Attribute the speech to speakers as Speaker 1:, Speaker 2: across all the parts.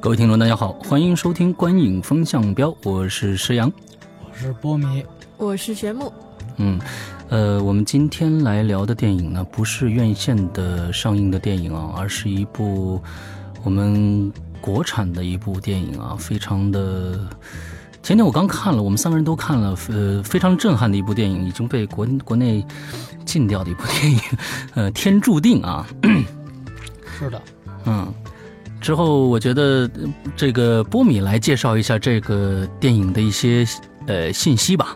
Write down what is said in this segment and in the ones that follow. Speaker 1: 各位听众，大家好，欢迎收听《观影风向标》，我是石阳。
Speaker 2: 我是波米，
Speaker 3: 我是玄木，
Speaker 1: 嗯，呃，我们今天来聊的电影呢，不是院线的上映的电影啊，而是一部我们国产的一部电影啊，非常的。前天我刚看了，我们三个人都看了，呃，非常震撼的一部电影，已经被国国内禁掉的一部电影，呃，《 天注定》啊，
Speaker 2: 是的，
Speaker 1: 嗯，之后我觉得呃这个波米来介绍一下这个电影的一些呃信息吧，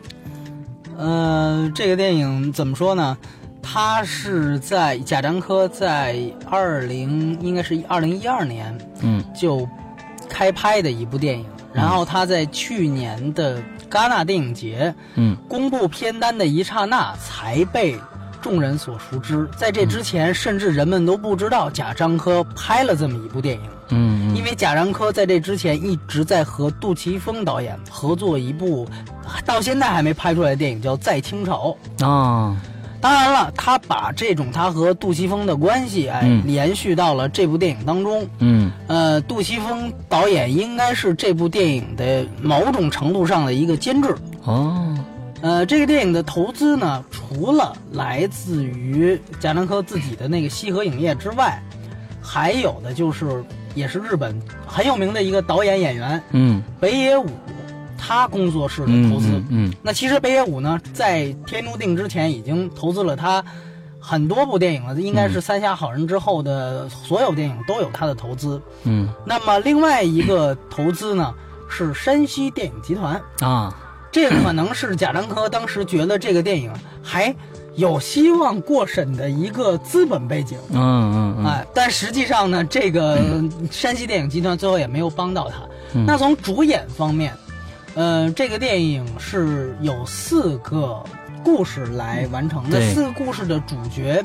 Speaker 2: 呃，这个电影怎么说呢？它是在贾樟柯在二零应该是二零一二年
Speaker 1: 嗯
Speaker 2: 就开拍的一部电影，然后他在去年的戛纳电影节
Speaker 1: 嗯
Speaker 2: 公布片单的一刹那才被众人所熟知。在这之前，甚至人们都不知道贾樟柯拍了这么一部电影。
Speaker 1: 嗯
Speaker 2: 因为贾樟柯在这之前一直在和杜琪峰导演合作一部，到现在还没拍出来的电影叫《在清朝》。
Speaker 1: 嗯啊
Speaker 2: 当然了，他把这种他和杜琪峰的关系，哎，
Speaker 1: 嗯
Speaker 2: 延续到了这部电影当中。
Speaker 1: 嗯
Speaker 2: 呃，杜琪峰导演应该是这部电影的某种程度上的一个监制。
Speaker 1: 哦。
Speaker 2: 呃，这个电影的投资呢，除了来自于贾樟柯自己的那个西河影业之外，还有的就是也是日本很有名的一个导演演员
Speaker 1: 嗯，
Speaker 2: 北野武，他工作室的投资。
Speaker 1: 嗯
Speaker 2: 那其实北野武呢，在《天注定》之前已经投资了他很多部电影了，应该
Speaker 1: 嗯
Speaker 2: 是《三峡好人》之后的所有电影都有他的投资。
Speaker 1: 嗯
Speaker 2: 那么另外一个投资呢，是山西电影集团。
Speaker 1: 嗯啊，
Speaker 2: 这可能是贾樟柯当时觉得这个电影还有希望过审的一个资本背景。
Speaker 1: 嗯嗯嗯，
Speaker 2: 哎，但实际上呢，这个山西电影集团最后也没有帮到他。
Speaker 1: 嗯
Speaker 2: 那从主演方面，呃，这个电影是有四个故事来完成的
Speaker 1: 对，
Speaker 2: 四个故事的主角，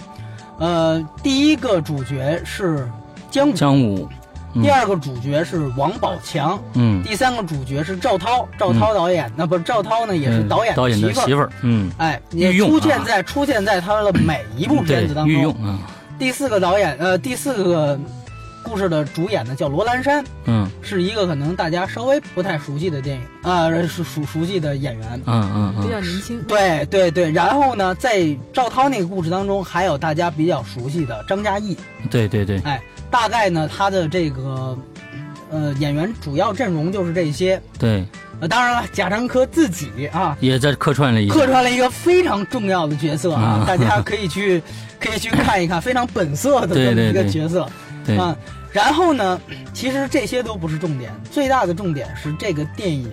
Speaker 2: 呃，第一个主角是姜武，
Speaker 1: 姜武，嗯
Speaker 2: 第二个主角是王宝强，
Speaker 1: 嗯，
Speaker 2: 第三个主角是赵涛，赵涛导演，那不是赵涛呢，也是导
Speaker 1: 嗯
Speaker 2: 演
Speaker 1: 导演
Speaker 2: 媳
Speaker 1: 的
Speaker 2: 妇儿。
Speaker 1: 媳妇儿，嗯，
Speaker 2: 哎，
Speaker 1: 御
Speaker 2: 也
Speaker 1: 用
Speaker 2: 出现
Speaker 1: 啊
Speaker 2: 在、出现在他的每一部片子当
Speaker 1: 御用
Speaker 2: 中。
Speaker 1: 啊，
Speaker 2: 第四个导演，呃，第四个故事的主演呢叫罗兰山，
Speaker 1: 嗯
Speaker 2: 是一个可能大家稍微不太熟悉的电影啊，熟熟熟悉的演员。
Speaker 1: 嗯
Speaker 3: 比较
Speaker 1: 嗯
Speaker 3: 年轻，
Speaker 2: 对对对，然后呢，在赵涛那个故事当中，还有大家比较熟悉的张嘉译。
Speaker 1: 嗯，对对对，
Speaker 2: 哎，大概呢，他的这个呃演员主要阵容就是这些。
Speaker 1: 对，
Speaker 2: 呃，当然了，贾樟柯自己啊，
Speaker 1: 也在客串了一下，
Speaker 2: 客串了一个非常重要的角色啊
Speaker 1: 嗯，
Speaker 2: 大家可以去可以去看一看，非常本色的这么
Speaker 1: 对对
Speaker 2: 一个
Speaker 1: 对
Speaker 2: 角色
Speaker 1: 对，
Speaker 2: 啊。然后呢，其实这些都不是重点，最大的重点是这个电影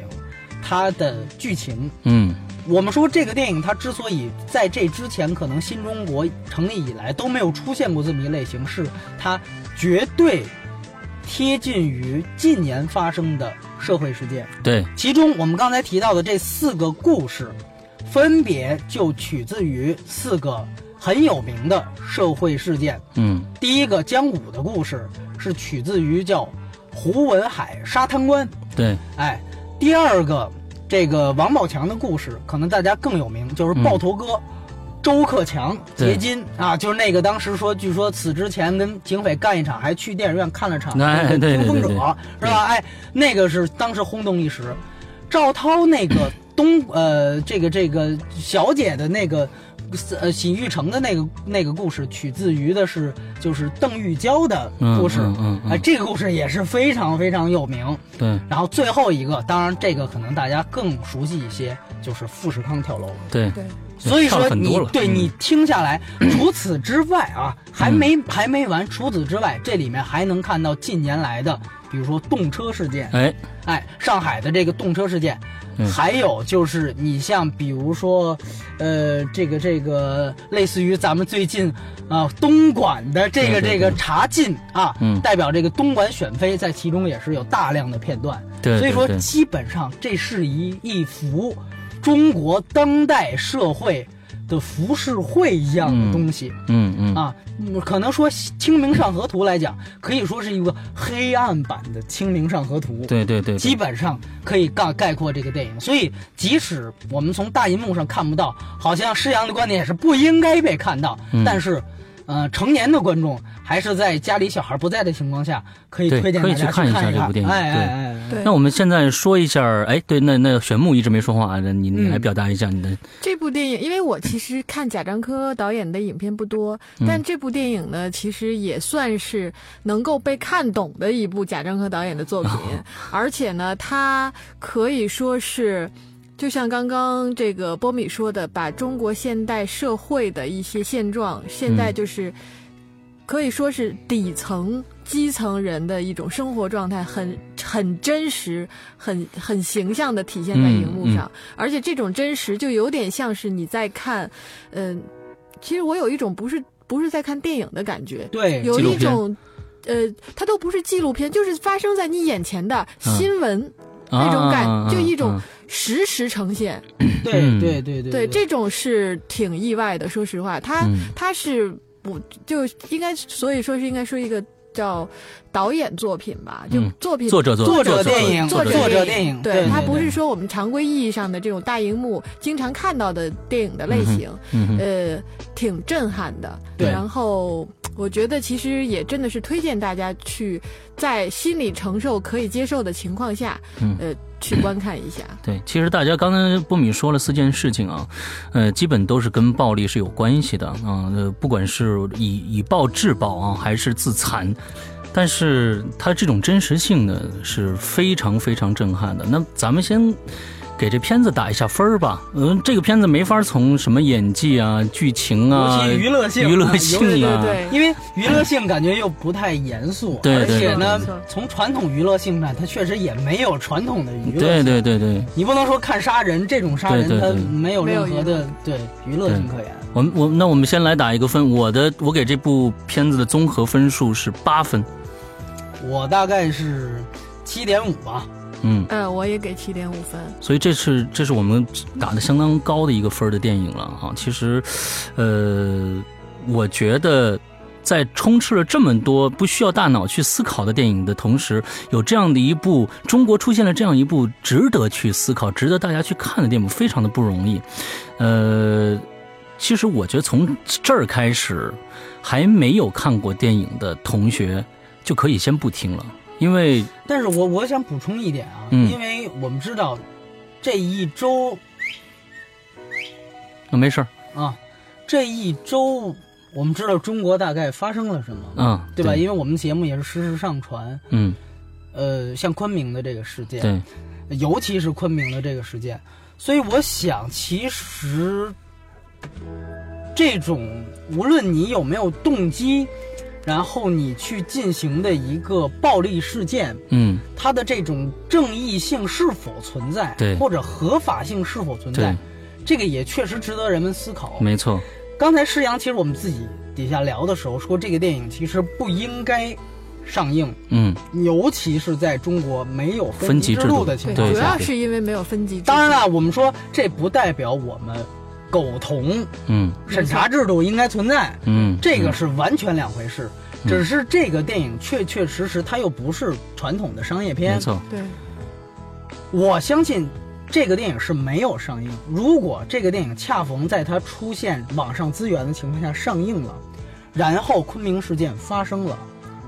Speaker 2: 它的剧情。
Speaker 1: 嗯
Speaker 2: 我们说这个电影它之所以在这之前可能新中国成立以来都没有出现过这么一类型，是它绝对贴近于近年发生的社会事件。
Speaker 1: 对，
Speaker 2: 其中我们刚才提到的这四个故事，分别就取自于四个很有名的社会事件。
Speaker 1: 嗯
Speaker 2: 第一个姜武的故事是取自于叫胡文海沙滩观，
Speaker 1: 对，
Speaker 2: 哎，第二个这个王宝强的故事，可能大家更有名，就是
Speaker 1: 嗯
Speaker 2: 爆头哥。周克强
Speaker 1: 对
Speaker 2: 劫金啊，就是那个当时说，据说此之前跟警匪干一场，还去电影院看了场
Speaker 1: 哎
Speaker 2: 那个
Speaker 1: 对对
Speaker 2: 听风者
Speaker 1: 对对
Speaker 2: 是吧？哎，那个是当时轰动一时。赵涛那个东呃，这个这个小姐的那个呃洗浴城的那个那个故事，取自于的是就是邓玉娇的
Speaker 1: 嗯
Speaker 2: 故事。
Speaker 1: 嗯嗯
Speaker 2: 哎，
Speaker 1: 嗯，
Speaker 2: 这个故事也是非常非常有名。
Speaker 1: 对
Speaker 2: 然后最后一个，当然这个可能大家更熟悉一些，就是富士康跳楼。
Speaker 1: 对，
Speaker 3: 对，
Speaker 2: 所以
Speaker 1: 跳
Speaker 2: 说
Speaker 1: 了很
Speaker 2: 你
Speaker 1: 多了
Speaker 2: 对
Speaker 1: 嗯
Speaker 2: 你听下来，除此之外啊，还没还没完。除此之外，这里面还能看到近年来的比如说动车事件，
Speaker 1: 哎，
Speaker 2: 哎，上海的这个动车事件，
Speaker 1: 嗯
Speaker 2: 还有就是你像比如说，呃，这个这个类似于咱们最近啊、东莞的这
Speaker 1: 对
Speaker 2: 个
Speaker 1: 对
Speaker 2: 这个
Speaker 1: 对
Speaker 2: 查禁啊，
Speaker 1: 嗯
Speaker 2: 代表这个东莞选妃在其中也是有大量的片段，
Speaker 1: 对
Speaker 2: 所
Speaker 1: 对
Speaker 2: 以说
Speaker 1: 对
Speaker 2: 基本上这是一一幅中国当代社会的浮世绘一样的
Speaker 1: 嗯
Speaker 2: 东西。
Speaker 1: 嗯嗯，
Speaker 2: 啊，嗯可能说《清明上河图》来讲，可以说是一个黑暗版的《清明上河图》。
Speaker 1: 对对对，对
Speaker 2: 基本上可以概概括这个电影。所以，即使我们从大银幕上看不到，好像施洋的观点也是不应该被看到，
Speaker 1: 嗯
Speaker 2: 但是。呃，成年的观众还是在家里小孩不在的情况下，可以
Speaker 1: 对
Speaker 2: 推荐
Speaker 1: 可以
Speaker 2: 大家
Speaker 1: 去看一
Speaker 2: 一
Speaker 1: 下这部电影
Speaker 2: 哎
Speaker 1: 对
Speaker 2: 哎哎哎，
Speaker 1: 那我们现在说一下，哎，对，那那玄牧一直没说话，那你你
Speaker 2: 嗯
Speaker 1: 来表达一下你的，
Speaker 3: 这部电影，因为我其实看贾樟柯导演的影片不多，
Speaker 1: 嗯
Speaker 3: 但这部电影呢，其实也算是能够被看懂的一部贾樟柯导演的作品，
Speaker 1: 哦
Speaker 3: 而且呢，他可以说是。就像刚刚这个波米说的，把中国现代社会的一些现状，现
Speaker 1: 嗯
Speaker 3: 在就是可以说是底层基层人的一种生活状态，很很真实，很很形象的体现在荧幕上。而且这种真实就有点像是你在看，嗯、其实我有一种不是不是在看电影的感觉，
Speaker 2: 对，
Speaker 3: 有
Speaker 1: 纪录
Speaker 3: 一
Speaker 1: 片
Speaker 3: 种。呃，它都不是纪录片，就是发生在你眼前的
Speaker 1: 嗯
Speaker 3: 新闻，
Speaker 1: 啊
Speaker 3: 那种感就一种
Speaker 1: 啊
Speaker 3: 实时呈现。
Speaker 2: 对
Speaker 1: 嗯
Speaker 2: 对对对
Speaker 3: 对，这种是挺意外的。说实话，他、
Speaker 1: 嗯
Speaker 3: 他是不就应该，所以说是应该说一个叫导演作品吧，就
Speaker 1: 嗯
Speaker 3: 作品、
Speaker 1: 作者作
Speaker 2: 作
Speaker 1: 者
Speaker 2: 者电影，
Speaker 1: 作
Speaker 3: 者
Speaker 1: 作
Speaker 2: 者
Speaker 3: 电
Speaker 2: 电影，
Speaker 3: 对，它
Speaker 2: 他
Speaker 3: 不是说我们常规意义上的这种大荧幕经常看到的电影的类型，
Speaker 1: 嗯哼
Speaker 3: 呃，挺震撼的。
Speaker 1: 对
Speaker 3: 然后我觉得其实也真的是推荐大家去在心理承受可以接受的情况下，
Speaker 1: 嗯
Speaker 3: 呃，去观看一下。
Speaker 1: 对，其实大家刚才波米说了四件事情啊，呃，基本都是跟暴力是有关系的啊、呃，不管是以以暴制暴啊，还是自残，但是它这种真实性呢是非常非常震撼的。那咱们先。给这片子打一下分儿吧，嗯、这个片子没法从什么演技啊、剧情啊、
Speaker 2: 尤其娱乐性
Speaker 1: 娱
Speaker 2: 啊
Speaker 1: 乐
Speaker 2: 尤
Speaker 1: 性
Speaker 2: 其对
Speaker 1: 啊，
Speaker 3: 对
Speaker 2: 因为娱乐性感觉又不太严肃，
Speaker 1: 对对
Speaker 2: 而且
Speaker 3: 没错
Speaker 2: 呢，从传统娱乐性上，它确实也没有传统的娱乐性。
Speaker 1: 对对对对，
Speaker 2: 你不能说看杀人这种杀人，
Speaker 1: 对对对
Speaker 2: 它没有任何的对娱乐性可言。
Speaker 1: 我们我那我们先来打一个分，我的我给这部片子的综合分数是八分，
Speaker 2: 我大概是七点五吧，
Speaker 1: 嗯，
Speaker 3: 嗯，我也给七点五分。
Speaker 1: 所以这是这是我们打的相当高的一个分儿的电影了哈。其实，呃，我觉得在充斥了这么多不需要大脑去思考的电影的同时，有这样的一部中国出现了这样一部值得去思考、值得大家去看的电影，非常的不容易。呃，其实我觉得从这儿开始，还没有看过电影的同学就可以先不听了，因为
Speaker 2: 但是我我想补充一点啊，
Speaker 1: 嗯
Speaker 2: 因为我们知道这一周
Speaker 1: 呃没事儿，
Speaker 2: 啊，这一周我们知道中国大概发生了什么，
Speaker 1: 嗯，
Speaker 2: 对吧？因为我们节目也是实时上传，
Speaker 1: 嗯，
Speaker 2: 呃，像昆明的这个事件，
Speaker 1: 对，
Speaker 2: 尤其是昆明的这个事件，所以我想，其实这种无论你有没有动机，然后你去进行的一个暴力事件，
Speaker 1: 嗯。
Speaker 2: 它的这种正义性是否存在，
Speaker 1: 对
Speaker 2: 或者合法性是否存在
Speaker 1: 对，，
Speaker 2: 这个也确实值得人们思考。
Speaker 1: 没错，
Speaker 2: 刚才施阳，其实我们自己底下聊的时候说，这个电影其实不应该上映，
Speaker 1: 嗯，
Speaker 2: 尤其是在中国没有
Speaker 1: 分
Speaker 2: 分
Speaker 1: 级
Speaker 2: 级
Speaker 1: 制
Speaker 2: 制
Speaker 1: 度
Speaker 2: 度的情况
Speaker 1: 对
Speaker 3: 主
Speaker 1: 对
Speaker 3: 要
Speaker 1: 对
Speaker 3: 是因为没有分级制度。
Speaker 2: 当然了，我们说这不代表我们苟同
Speaker 1: 嗯
Speaker 2: 审查制度应该存在，
Speaker 1: 嗯，
Speaker 2: 这个
Speaker 1: 嗯
Speaker 2: 是完全两回事。只是这个电影确确实实它又不是传统的商业
Speaker 1: 没
Speaker 2: 片，
Speaker 1: 错，
Speaker 3: 对。
Speaker 2: 我相信。这个电影是没有上映。如果这个电影恰逢在它出现网上资源的情况下上映了，然后昆明事件发生了，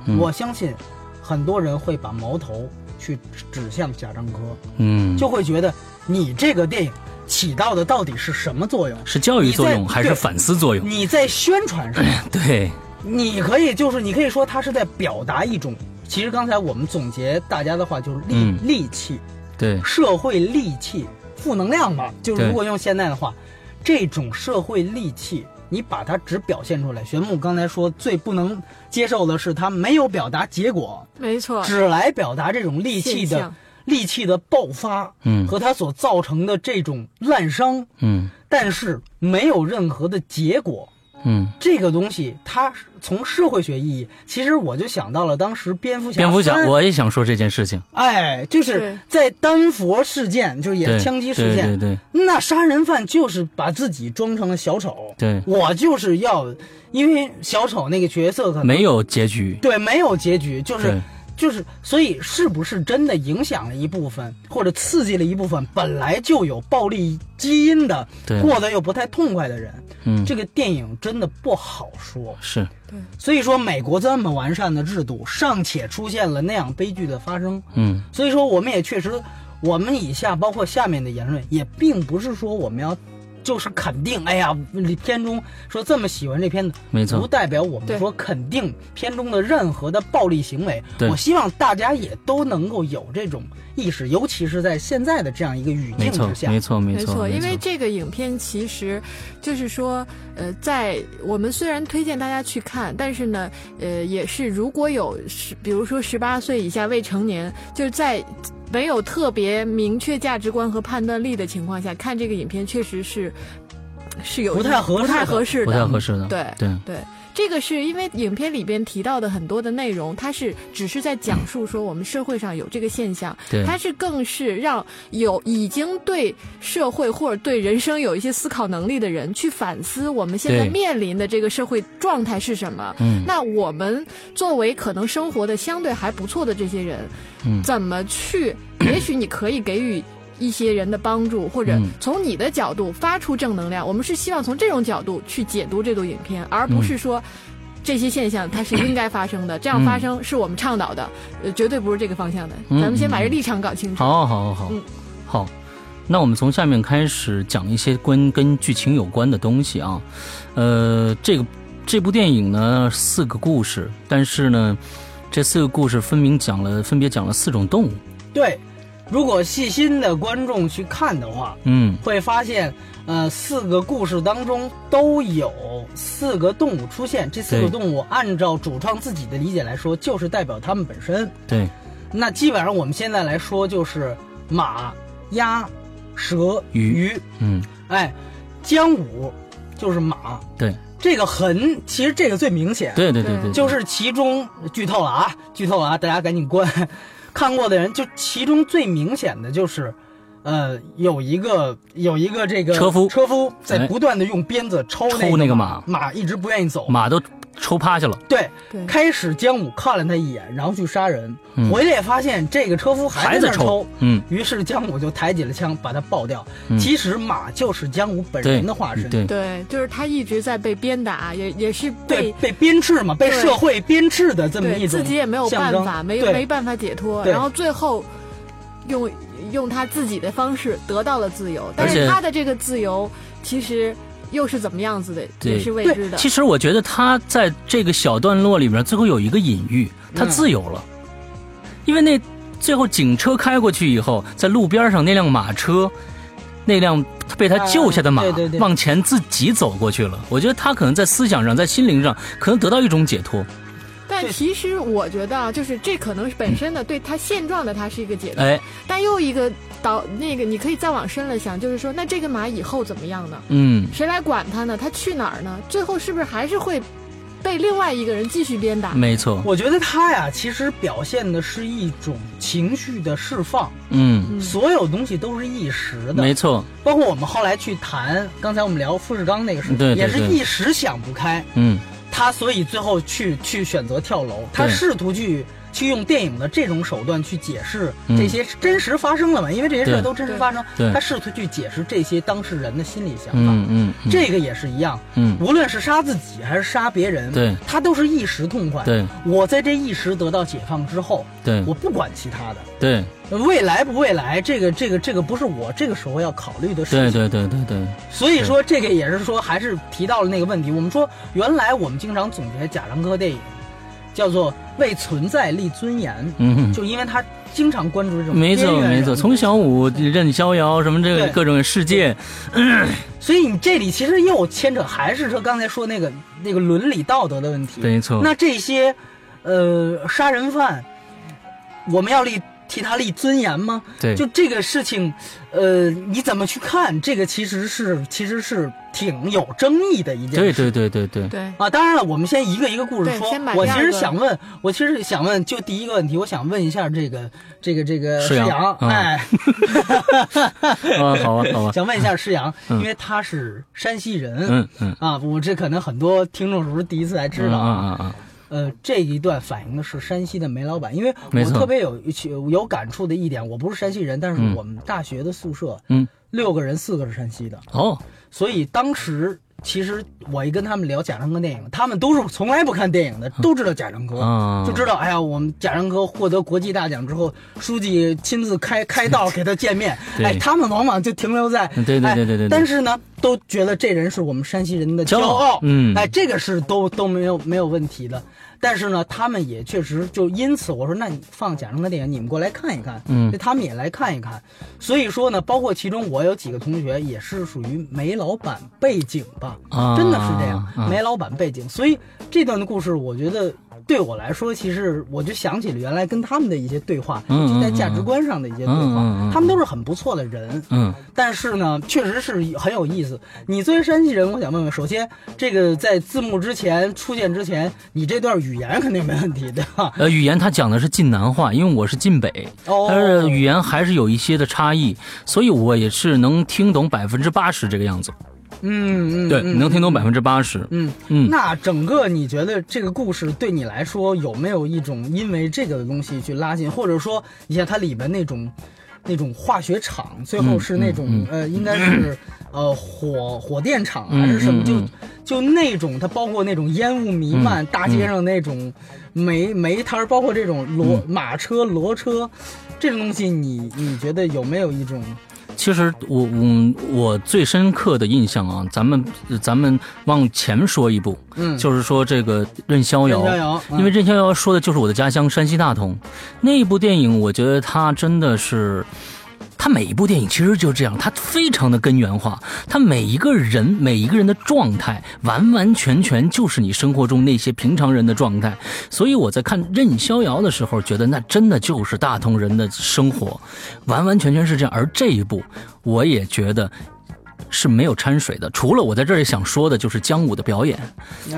Speaker 1: 嗯
Speaker 2: 我相信很多人会把矛头去指向贾樟柯，
Speaker 1: 嗯，
Speaker 2: 就会觉得你这个电影起到的到底是什么作用？
Speaker 1: 是教育作用
Speaker 2: 你在
Speaker 1: 还是
Speaker 2: 对
Speaker 1: 反思作用？
Speaker 2: 你在宣传上，
Speaker 1: 对，
Speaker 2: 你可以就是你可以说它是在表达一种，其实刚才我们总结大家的话就是戾
Speaker 1: 嗯
Speaker 2: 戾气、
Speaker 1: 对，
Speaker 2: 社会戾气、负能量吧，就是
Speaker 1: 对
Speaker 2: 如果用现代的话，这种社会戾气你把它只表现出来。玄牧刚才说最不能接受的是他没有表达结果，
Speaker 3: 没错，
Speaker 2: 只来表达这种戾气
Speaker 3: 现
Speaker 2: 的
Speaker 3: 象
Speaker 2: 戾气的爆发，
Speaker 1: 嗯
Speaker 2: 和他所造成的这种滥伤，
Speaker 1: 嗯
Speaker 2: 但是没有任何的结果。
Speaker 1: 嗯，
Speaker 2: 这个东西，它是从社会学意义，其实我就想到了当时蝙蝠侠
Speaker 1: 蝙蝠侠，
Speaker 2: 三
Speaker 1: 我也想说这件事情，
Speaker 2: 哎，就是
Speaker 3: 对
Speaker 2: 在丹佛事件，就是也
Speaker 1: 对，
Speaker 2: 是枪击事件，
Speaker 1: 对对
Speaker 2: 那杀人犯就是把自己装成了小丑，
Speaker 1: 对对，
Speaker 2: 我就是要，因为小丑那个角色可能
Speaker 1: 没有结局，
Speaker 2: 对没有结局，就是
Speaker 1: 对
Speaker 2: 就是，所以是不是真的影响了一部分，或者刺激了一部分本来就有暴力基因的，
Speaker 1: 对
Speaker 2: 过得又不太痛快的人？
Speaker 1: 嗯，
Speaker 2: 这个电影真的不好说。
Speaker 1: 是，
Speaker 2: 所以说，美国这么完善的制度，尚且出现了那样悲剧的发生，
Speaker 1: 嗯
Speaker 2: 所以说，我们也确实，我们以下包括下面的言论，也并不是说我们要就是肯定，哎呀，片中说这么喜欢这片子，
Speaker 1: 没错
Speaker 2: 不代表我们
Speaker 3: 对
Speaker 2: 说肯定片中的任何的暴力行为。
Speaker 1: 对
Speaker 2: 我希望大家也都能够有这种意识，尤其是在现在的这样一个语
Speaker 1: 没
Speaker 2: 境
Speaker 1: 错
Speaker 2: 之下
Speaker 1: 没。错没
Speaker 3: 没
Speaker 1: 错，
Speaker 3: 因为这个影片其实就是说，呃，在我们虽然推荐大家去看，但是呢，呃，也是如果有十，比如说十八岁以下未成年，就是在没有特别明确价值观和判断力的情况下看这个影片，确实是是有
Speaker 2: 不太合适的
Speaker 3: 不太合适的，
Speaker 1: 不太合适的，
Speaker 3: 对
Speaker 1: 对，
Speaker 3: 对，这个是因为影片里边提到的很多的内容，它是只是在讲述说我们社会上有这个现象，
Speaker 1: 对
Speaker 3: 它是更是让有已经对社会或者对人生有一些思考能力的人去反思我们现在
Speaker 1: 对
Speaker 3: 面临的这个社会状态是什么。
Speaker 1: 嗯
Speaker 3: 那我们作为可能生活的相对还不错的这些人，
Speaker 1: 嗯
Speaker 3: 怎 么去？也许你可以给予一些人的帮助，或者
Speaker 1: 嗯
Speaker 3: 从你的角度发出正能量。我们是希望从这种角度去解读这部影片，而不
Speaker 1: 嗯
Speaker 3: 是说。这些现象它是应该发生的，这样发生是我们倡导的，呃，绝对不是这个方向的。
Speaker 1: 嗯
Speaker 3: 咱们先把
Speaker 1: 嗯
Speaker 3: 这立场搞清 楚。
Speaker 1: 好好好好
Speaker 3: 嗯
Speaker 1: 好，那我们从下面开始讲一些跟跟剧情有关的东西啊。呃，这个这部电影呢，四个故事，但是呢，这四个故事分明讲了分别讲了四种动物。
Speaker 2: 对，如果细心的观众去看的话，
Speaker 1: 嗯，
Speaker 2: 会发现，呃，四个故事当中都有四个动物出现。这四个
Speaker 1: 对
Speaker 2: 动物按照主创自己的理解来说，就是代表它们本身。
Speaker 1: 对，
Speaker 2: 那基本上我们现在来说就是马、鸭、蛇、
Speaker 1: 鱼
Speaker 2: 鱼
Speaker 1: 嗯，
Speaker 2: 哎，姜武就是马，
Speaker 1: 对，
Speaker 2: 这个痕其实这个最明显，
Speaker 1: 对对对
Speaker 3: 对
Speaker 1: 对，
Speaker 2: 就是其中剧透了啊，剧透了啊，大家赶紧关。 看过的人，就其中最明显的就是，呃，有一个有一个这个
Speaker 1: 车夫
Speaker 2: 车夫在
Speaker 1: 哎
Speaker 2: 不断的用鞭子抽那
Speaker 1: 抽那个马
Speaker 2: 马一直不愿意走。
Speaker 1: 马都抽趴下了。
Speaker 2: 对，
Speaker 3: 对，
Speaker 2: 开始姜武看了他一眼，然后去杀人，
Speaker 1: 嗯
Speaker 2: 回来也发现这个车夫还
Speaker 1: 还
Speaker 2: 在
Speaker 1: 在
Speaker 2: 那儿
Speaker 1: 抽
Speaker 2: 抽，
Speaker 1: 嗯，
Speaker 2: 于是姜武就抬起了枪把他爆掉。
Speaker 1: 嗯
Speaker 2: 其实马就是姜武本
Speaker 1: 对，
Speaker 2: 人的化身，
Speaker 1: 对，
Speaker 3: 对，就是他一直在被鞭打，也也是
Speaker 2: 对
Speaker 3: 被
Speaker 2: 被鞭笞嘛，被
Speaker 3: 对
Speaker 2: 社会鞭笞的这么一
Speaker 3: 对
Speaker 2: 种
Speaker 3: 自己也没有
Speaker 2: 象
Speaker 3: 办
Speaker 2: 征
Speaker 3: 法，没
Speaker 2: 对
Speaker 3: 没办法解脱，
Speaker 2: 对
Speaker 3: 然后最后用用他自己的方式得到了自由，但
Speaker 1: 而且
Speaker 3: 是他的这个自由其实又是怎么样子的，
Speaker 1: 对
Speaker 3: 也是未知的。
Speaker 1: 其实我觉得他在这个小段落里面最后有一个隐喻，
Speaker 2: 嗯
Speaker 1: 他自由了，因为那最后警车开过去以后，在路边上那辆马车，那辆被他救下的马、
Speaker 2: 啊对对对
Speaker 1: 往前自己走过去了。我觉得他可能在思想上，在心灵上可能得到一种解脱。
Speaker 3: 但
Speaker 2: 对
Speaker 3: 其实我觉得啊，就是这可能是本身的对他现状的他是一个解脱，
Speaker 1: 哎，
Speaker 3: 但又一个导那个你可以再往深了想，就是说那这个马以后怎么样呢？
Speaker 1: 嗯，
Speaker 3: 谁来管他呢？他去哪儿呢？最后是不是还是会被另外一个人继续鞭打？
Speaker 1: 没错，
Speaker 2: 我觉得他呀，其实表现的是一种情绪的释放，
Speaker 1: 嗯，
Speaker 2: 所有东西都是一时的
Speaker 1: 没，错，
Speaker 2: 包括我们后来去谈，刚才我们聊富士康那个事情，
Speaker 1: 对对
Speaker 2: 也是
Speaker 1: 对
Speaker 2: 一时想不开，
Speaker 1: 嗯，
Speaker 2: 他所以最后去去选择跳楼，他试图去去用电影的这种手段去解释
Speaker 1: 嗯
Speaker 2: 这些真实发生了嘛，因为这些事儿
Speaker 1: 对
Speaker 2: 都真实发生
Speaker 1: 对，对
Speaker 2: 他试图去解释这些当事人的心理想法，
Speaker 1: 嗯嗯，嗯，
Speaker 2: 这个也是一样，
Speaker 1: 嗯，
Speaker 2: 无论是杀自己还是杀别人，
Speaker 1: 对
Speaker 2: 他都是一时痛快。
Speaker 1: 对，嗯
Speaker 2: 我在这一时得到解放之后，
Speaker 1: 对
Speaker 2: 我不管其他的，
Speaker 1: 对
Speaker 2: 未来不未来，这个这个这个不是我这个时候要考虑的事
Speaker 1: 对
Speaker 2: 情。
Speaker 1: 对对对对，
Speaker 2: 所以说，这个也是说，还是提到了那个问题。我们说，原来我们经常总结贾樟柯电影，叫做为存在立尊严，
Speaker 1: 嗯，
Speaker 2: 就因为他经常关注这种
Speaker 1: 没
Speaker 2: 边
Speaker 1: 错
Speaker 2: 缘
Speaker 1: 没
Speaker 2: 人
Speaker 1: 错，从小舞任逍遥什么这个
Speaker 2: 对
Speaker 1: 各种世界，
Speaker 2: 所以你这里其实又牵扯还是说刚才说那个那个伦理道德的问题。
Speaker 1: 嗯没错
Speaker 2: 那这些，呃，杀人犯，我们要立替他立尊严吗？
Speaker 1: 对
Speaker 2: 就这个事情，呃，你怎么去看？这个其实是其实是挺有争议的一件事。
Speaker 1: 对对对对对，
Speaker 3: 对，
Speaker 2: 啊，当然了，我们先一个一个故事
Speaker 3: 对
Speaker 2: 说
Speaker 3: 先把。
Speaker 2: 我
Speaker 3: 第
Speaker 2: 其
Speaker 3: 二
Speaker 2: 实
Speaker 3: 个
Speaker 2: 想问，我其实想问，就第一个问题，我想问一下这个这个这个
Speaker 1: 施
Speaker 2: 施
Speaker 1: 洋
Speaker 2: 洋，
Speaker 1: 嗯
Speaker 2: 哎，
Speaker 1: 啊好啊好啊，
Speaker 2: 想问一下施洋，因为他是山西人，
Speaker 1: 嗯嗯，
Speaker 2: 啊，我这可能很多听众是不是第一次才知道？
Speaker 1: 啊啊啊，
Speaker 2: 呃，这一段反映的是山西的煤老板，因为
Speaker 1: 没
Speaker 2: 我
Speaker 1: 错
Speaker 2: 特别有有有感触的一点，我不是山西人，但是我们大学的宿舍、
Speaker 1: 嗯
Speaker 2: 六个人四个是山西的，
Speaker 1: 哦
Speaker 2: 所以当时其实我一跟他们聊贾樟柯电影，他们都是从来不看电影的，都知道贾樟柯。
Speaker 1: 啊，，
Speaker 2: 就知道，哎呀，我们贾樟柯获得国际大奖之后，书记亲自开开道给他见面
Speaker 1: 对
Speaker 2: 哎，他们往往就停留在，
Speaker 1: 嗯对对
Speaker 2: 哎
Speaker 1: 对对对对
Speaker 2: 但是呢，都觉得这人是我们山西人的
Speaker 1: 骄
Speaker 2: 骄
Speaker 1: 傲
Speaker 2: 傲，
Speaker 1: 嗯
Speaker 2: 哎，这个是都都没有没有问题的。但是呢，他们也确实就因此，我说那你放贾樟柯电影，你们过来看一看，
Speaker 1: 嗯
Speaker 2: 就他们也来看一看。所以说呢，包括其中我有几个同学也是属于煤老板背景吧，
Speaker 1: 啊
Speaker 2: 真的是这样，
Speaker 1: 啊
Speaker 2: 煤老板背景，所以这段的故事，我觉得对我来说，其实我就想起了原来跟他们的一些对话，
Speaker 1: 嗯
Speaker 2: 就在价值观上的一些对话，
Speaker 1: 嗯嗯嗯嗯
Speaker 2: 他们都是很不错的人，
Speaker 1: 嗯
Speaker 2: 但是呢，确实是很有意思。你作为山西人，我想问问，首先这个在字幕之前出现之前，你这段语言肯定没问题，对吧？
Speaker 1: 呃，语言他讲的是晋南话，因为我是晋北，
Speaker 2: 哦
Speaker 1: 但是语言还是有一些的差异，所以我也是能听懂百分之八十这个样子。
Speaker 2: 嗯嗯，
Speaker 1: 对，
Speaker 2: 嗯
Speaker 1: 能听懂百分之八十。
Speaker 2: 嗯
Speaker 1: 嗯
Speaker 2: 那整个你觉得这个故事对你来说有没有一种因为这个东西去拉近，或者说你像它里边那种那种化学厂，最
Speaker 1: 嗯
Speaker 2: 后是那种、呃，应 该是呃火火电厂啊还是什么，
Speaker 1: 嗯嗯
Speaker 2: 就就那种它包括那种烟雾弥漫，大街上那种
Speaker 1: 嗯
Speaker 2: 煤煤摊儿，包括这种骡、马车、骡车这种东西你，你觉得有没有一种
Speaker 1: 其实我我我最深刻的印象啊，咱们咱们往前说一步，
Speaker 2: 嗯
Speaker 1: 就是说这个任逍遥，
Speaker 2: 任逍遥嗯
Speaker 1: 因为任逍遥说的就是我的家乡山西大同那一部电影，我觉得他真的是。他每一部电影其实就是这样，他非常的根源化，他每一个人每一个人的状态，完完全全就是你生活中那些平常人的状态。所以我在看《任逍遥》的时候，觉得那真的就是大同人的生活，完完全全是这样。而这一部，我也觉得。是没有掺水的，除了我在这里想说的，就是姜武的表演，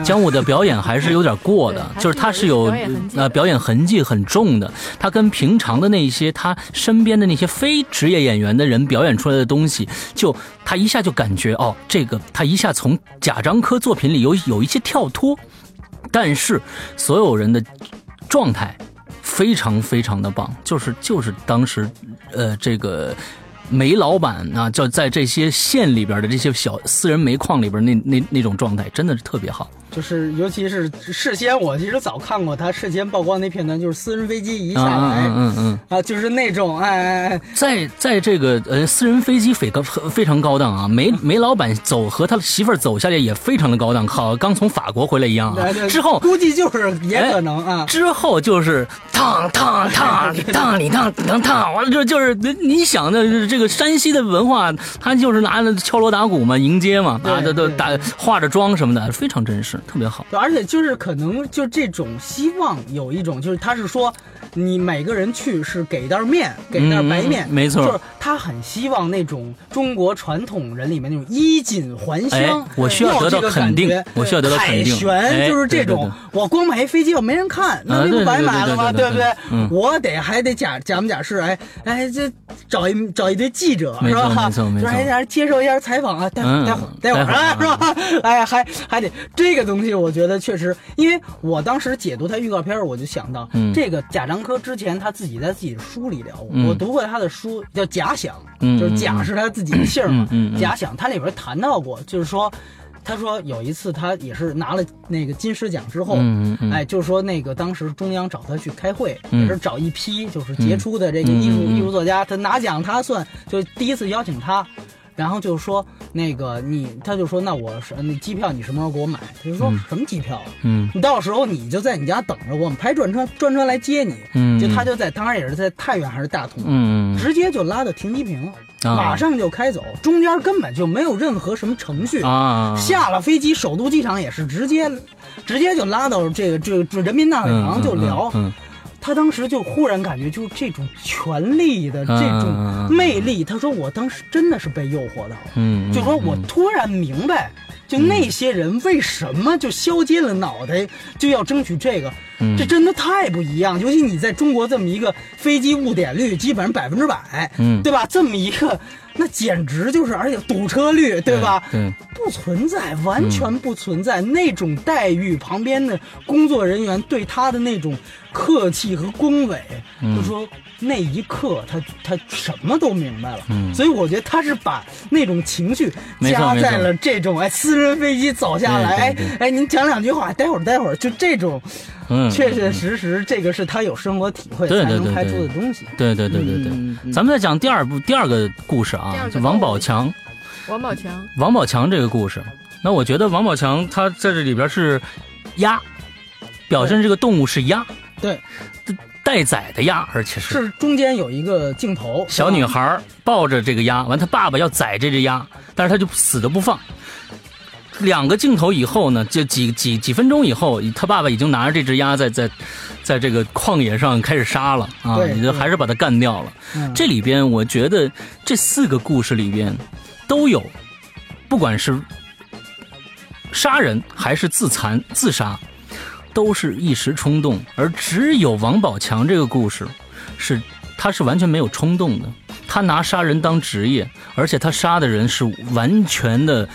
Speaker 1: 姜武的表演还是有点过的，
Speaker 3: 啊 对
Speaker 1: 就是他是
Speaker 3: 还
Speaker 1: 有
Speaker 3: 是有表演痕迹的
Speaker 1: 呃表演痕迹很重的，他跟平常的那些他身边的那些非职业演员的人表演出来的东西，就他一下就感觉哦，这个他一下从贾樟柯作品里有有一些跳脱，但是所有人的状态非常非常的棒，就是就是当时，呃，这个煤老板啊，就在这些县里边的这些小私人煤矿里边那那那种状态，真的是特别好。
Speaker 2: 就是，尤其是事先，我其实早看过他事先曝光那片段，就是私人飞机一
Speaker 1: 嗯
Speaker 2: 下来、
Speaker 1: 嗯嗯嗯，
Speaker 2: 啊，就是那种哎哎哎，
Speaker 1: 在在这个呃私人飞机非高非常高档啊，煤煤老板走和他的媳妇儿走下来也非常的高档，好刚从法国回来一样啊
Speaker 2: 来的。
Speaker 1: 之后
Speaker 2: 哎
Speaker 1: 哎
Speaker 2: 估计就是也可能啊，
Speaker 1: 之后就是烫烫烫烫你烫烫烫，完了之后就是你想的这个山西的文化，他就是拿着敲锣打鼓嘛，迎接嘛，
Speaker 2: 对
Speaker 1: 啊，都都
Speaker 2: 对
Speaker 1: 打化着妆什么的，非常真实，特别好。
Speaker 2: 对而且就是可能就这种希望有一种，就是他是说，你每个人去是给一袋面，给一袋白面，
Speaker 1: 嗯没错
Speaker 2: 就是他很希望那种中国传统人里面那种衣锦还乡，
Speaker 1: 哎我需要得到
Speaker 2: 这个
Speaker 1: 肯定
Speaker 2: 感觉
Speaker 1: 我需要得到肯定
Speaker 2: 凯旋就是这
Speaker 1: 哎对
Speaker 2: 种，我光买一飞机又没人看，那
Speaker 1: 啊
Speaker 2: 不
Speaker 1: 对
Speaker 2: 白
Speaker 1: 对对
Speaker 2: 买了吗？
Speaker 1: 对对
Speaker 2: 不
Speaker 1: 对
Speaker 2: 对
Speaker 1: 对？嗯
Speaker 2: 我得还得假假模假式，哎哎，这找一找一堆记者
Speaker 1: 没
Speaker 2: 是
Speaker 1: 错
Speaker 2: 吧？
Speaker 1: 没错没错
Speaker 2: 就是哎还接受一下采访啊，待会儿
Speaker 1: 嗯
Speaker 2: 待会儿待会儿
Speaker 1: 待会儿
Speaker 2: 啊，是吧？ 哎，还还得这个东西，我觉得确实，因为我当时解读他预告片儿，我就想到，
Speaker 1: 嗯
Speaker 2: 这个贾樟柯之前他自己在自己的书里聊过，
Speaker 1: 嗯
Speaker 2: 我读过他的书叫《假想》，
Speaker 1: 嗯
Speaker 2: 就是假是他自己的姓儿嘛，
Speaker 1: 嗯嗯嗯
Speaker 2: 假想他里边谈到过，就是说。他说有一次，他也是拿了那个金狮奖之后，
Speaker 1: 嗯嗯
Speaker 2: 哎，就是说那个当时中央找他去开会，
Speaker 1: 嗯
Speaker 2: 也是找一批就是杰出的这个艺术、
Speaker 1: 嗯嗯嗯
Speaker 2: 艺术作家，他拿奖他算就第一次邀请他，然后就说那个你，他就说那我是那机票你什么时候给我买？他就说、什么机票啊？
Speaker 1: 嗯
Speaker 2: 你到时候你就在你家等着我们派专车，专车来接你。
Speaker 1: 嗯
Speaker 2: 就他就在，当然也是在太原还是大同，
Speaker 1: 嗯
Speaker 2: 直接就拉到停机坪，
Speaker 1: 啊
Speaker 2: 马上就开走，中间根本就没有任何什么程序。
Speaker 1: 啊，
Speaker 2: 下了飞机，首都机场也是直接，直接就拉到这个这个这人民大会
Speaker 1: 嗯
Speaker 2: 堂就聊。
Speaker 1: 嗯
Speaker 2: 他当时就忽然感觉，就这种权力的这
Speaker 1: 嗯嗯
Speaker 2: 种
Speaker 1: 嗯
Speaker 2: 魅力，他说我当时真的是被诱惑到了。
Speaker 1: 嗯，
Speaker 2: 就说我突然明白，就那些人为什么就削尖了脑袋就要争取这个，
Speaker 1: 嗯
Speaker 2: 这真的太不一样。尤其你在中国这么一个飞机误点率基本上百分之百，
Speaker 1: 嗯
Speaker 2: 对吧？这么一个，那简直就是，而且堵车率，对吧？
Speaker 1: 对，
Speaker 2: 不存在，完全不存在、那种待遇。旁边的工作人员对他的那种客气和恭维，
Speaker 1: 嗯
Speaker 2: 就说那一刻他他什么都明白了。所以我觉得他是把那种情绪
Speaker 1: 没错
Speaker 2: 加
Speaker 1: 没
Speaker 2: 在
Speaker 1: 错
Speaker 2: 了这种哎，私人飞机走下来，哎
Speaker 1: 对对
Speaker 2: 哎，您讲两句话，待会儿待会儿，就这种，
Speaker 1: 嗯，
Speaker 2: 确确实实，这个是他有生活体会
Speaker 1: 对
Speaker 2: 才
Speaker 1: 对对
Speaker 2: 能拍
Speaker 1: 对
Speaker 2: 出的东西。
Speaker 1: 对对对对对，
Speaker 2: 嗯嗯
Speaker 1: 咱们再讲第二部第二个故事
Speaker 3: 第
Speaker 1: 啊
Speaker 3: 二，个
Speaker 1: 王宝强，
Speaker 3: 王宝强
Speaker 1: 王宝强这个故事，那我觉得王宝强他在这里边是鸭，表现这个动物是鸭，
Speaker 2: 对，
Speaker 1: 待宰的鸭，而且是
Speaker 2: 是中间有一个镜头，
Speaker 1: 小女孩儿抱着这个鸭，完她爸爸要宰这只鸭，但是她就死都不放。两个镜头以后呢，就几几几分钟以后，他爸爸已经拿着这只鸭在在，在这个旷野上开始杀了啊
Speaker 2: 对，
Speaker 1: 你就
Speaker 2: 对
Speaker 1: 还是把它干掉了。
Speaker 2: 嗯
Speaker 1: 这里边我觉得这四个故事里边都有，不管是杀人还是自残自杀，都是一时冲动，而只有王宝强这个故事是他是完全没有冲动的，他拿杀人当职业，而且他杀的人是完全的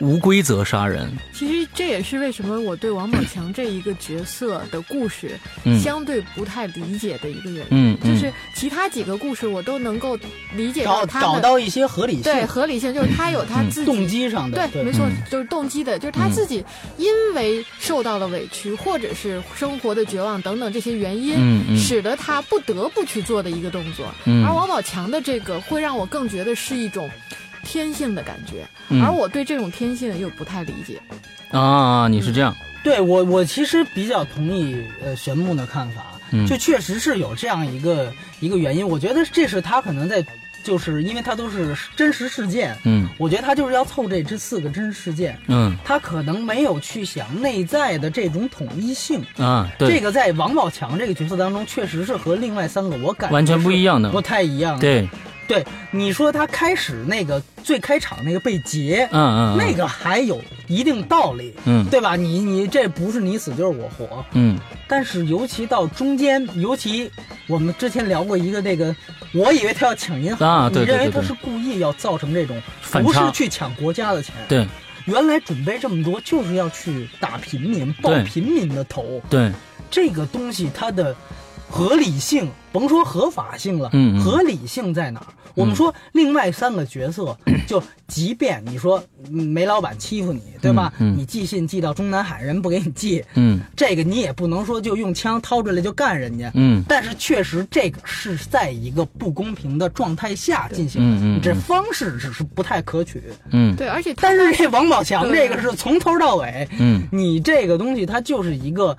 Speaker 1: 无规则杀人。
Speaker 3: 其实这也是为什么我对王宝强这一个角色的故事
Speaker 1: 嗯
Speaker 3: 相对不太理解的一个原因，
Speaker 1: 嗯，嗯
Speaker 3: 就是其他几个故事我都能够理解
Speaker 2: 找
Speaker 3: 到他
Speaker 2: 找
Speaker 3: 们
Speaker 2: 到一些合理性，
Speaker 3: 对合理性，就是他有他
Speaker 1: 嗯
Speaker 3: 自己
Speaker 2: 动机上的，
Speaker 3: 对，没错
Speaker 1: 嗯，
Speaker 3: 就是动机的，就是他自己因为受到了委屈，或者是生活的绝望等等这些原因，
Speaker 1: 嗯嗯
Speaker 3: 使得他不得不去做的一个动作。
Speaker 1: 嗯
Speaker 3: 而王宝强的这个会让我更觉得是一种天性的感觉，
Speaker 1: 嗯
Speaker 3: 而我对这种天性又不太理解。
Speaker 1: 啊，你是这样，
Speaker 2: 对我，我其实比较同意呃玄牧的看法，
Speaker 1: 嗯
Speaker 2: 就确实是有这样一个一个原因。我觉得这是他可能在，就是因为他都是真实事件，
Speaker 1: 嗯
Speaker 2: 我觉得他就是要凑这这四个真实事件，
Speaker 1: 嗯
Speaker 2: 他可能没有去想内在的这种统一性。
Speaker 1: 啊，
Speaker 2: 这
Speaker 1: 对，
Speaker 2: 个在王宝强这个角色当中，确实是和另外三个我感觉
Speaker 1: 完全不一样
Speaker 2: 是
Speaker 1: 的
Speaker 2: 不，太一样。
Speaker 1: 对，
Speaker 2: 对，你说他开始那个最开场那个被劫，
Speaker 1: 嗯嗯，嗯
Speaker 2: 那个还有一定道理，
Speaker 1: 嗯
Speaker 2: 对吧？你你这不是你死就是我活，
Speaker 1: 嗯
Speaker 2: 但是尤其到中间，尤其我们之前聊过一个那个，我以为他要抢银行，
Speaker 1: 啊对对
Speaker 2: 你认为
Speaker 1: 对对
Speaker 2: 他是故意要造成这种，
Speaker 1: 反
Speaker 2: 不是
Speaker 1: 差
Speaker 2: 去抢国家的钱，，
Speaker 1: 对
Speaker 2: 原来准备这么多就是要去打平民，爆
Speaker 1: 对
Speaker 2: 平民的头，
Speaker 1: 对，
Speaker 2: 这个东西它的合理性，甭说合法性了，
Speaker 1: 嗯嗯嗯
Speaker 2: 合理性在哪儿？我们说另外三个 角色，就即便你说嗯煤老板欺负你，对吧？
Speaker 1: 嗯嗯
Speaker 2: 你寄信寄到中南海，人不给你寄，
Speaker 1: 嗯
Speaker 2: 这个你也不能说就用枪掏出来就干人家。
Speaker 1: 嗯
Speaker 2: 但是确实，这个是在一个不公平的状态下进行的，
Speaker 1: 嗯嗯嗯
Speaker 2: 这方式只是不太可取。
Speaker 1: 嗯
Speaker 3: 对，而且他
Speaker 2: 但是这王宝强
Speaker 1: 啊
Speaker 2: 这个是从头到尾，
Speaker 1: 嗯，
Speaker 2: 你这个东西它就是一个，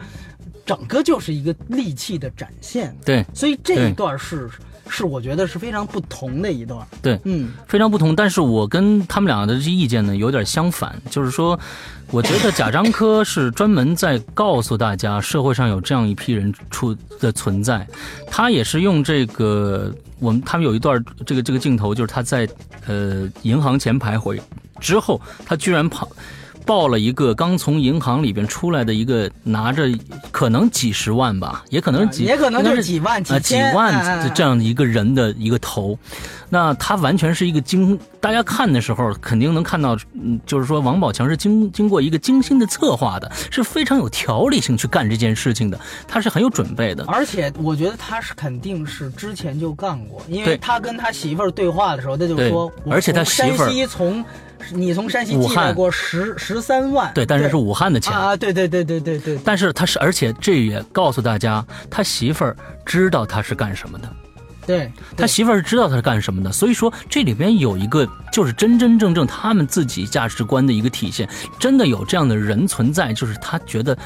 Speaker 2: 整个就是一个利器的展现，
Speaker 1: 对
Speaker 2: 所以这
Speaker 1: 对
Speaker 2: 一段是是我觉得是非常不同的一段，
Speaker 1: 对，
Speaker 2: 嗯，
Speaker 1: 非常不同。但是我跟他们俩的这意见呢有点相反，就是说，我觉得贾樟柯是专门在告诉大家，社会上有这样一批人出的存在。他也是用这个，我们他们有一段这个这个镜头，就是他在呃银行前徘徊之后，他居然跑。抱了一个刚从银行里边出来的一个拿着可能几十万吧，也可能是几，
Speaker 2: 也可能
Speaker 1: 应该
Speaker 2: 就是是几万
Speaker 1: 啊，几
Speaker 2: 千哎
Speaker 1: 万这这样的一个人的一个头，那他完全是一个精，大家看的时候肯定能看到，嗯，就是说王宝强是经经过一个精心的策划的，是非常有条理性去干这件事情的，他是很有准备的。
Speaker 2: 而且我觉得他是肯定是之前就干过，因
Speaker 1: 对
Speaker 2: 为他跟他媳妇儿对话的时候，他就
Speaker 1: 对
Speaker 2: 说，我
Speaker 1: 而且他
Speaker 2: 从山
Speaker 1: 媳妇儿
Speaker 2: 西从你从山西
Speaker 1: 武
Speaker 2: 寄来
Speaker 1: 汉
Speaker 2: 过十十三万，
Speaker 1: 对，但是是武汉的钱，
Speaker 2: 啊，对对对对对对，
Speaker 1: 但是他是，而且这也告诉大家，他媳妇儿知道他是干什么的，
Speaker 2: 对，
Speaker 1: 他媳妇儿知道他是干什么的，所以说这里边有一个就是真真正正他们自己价值观的一个体现，真的有这样的人存在，就是他觉得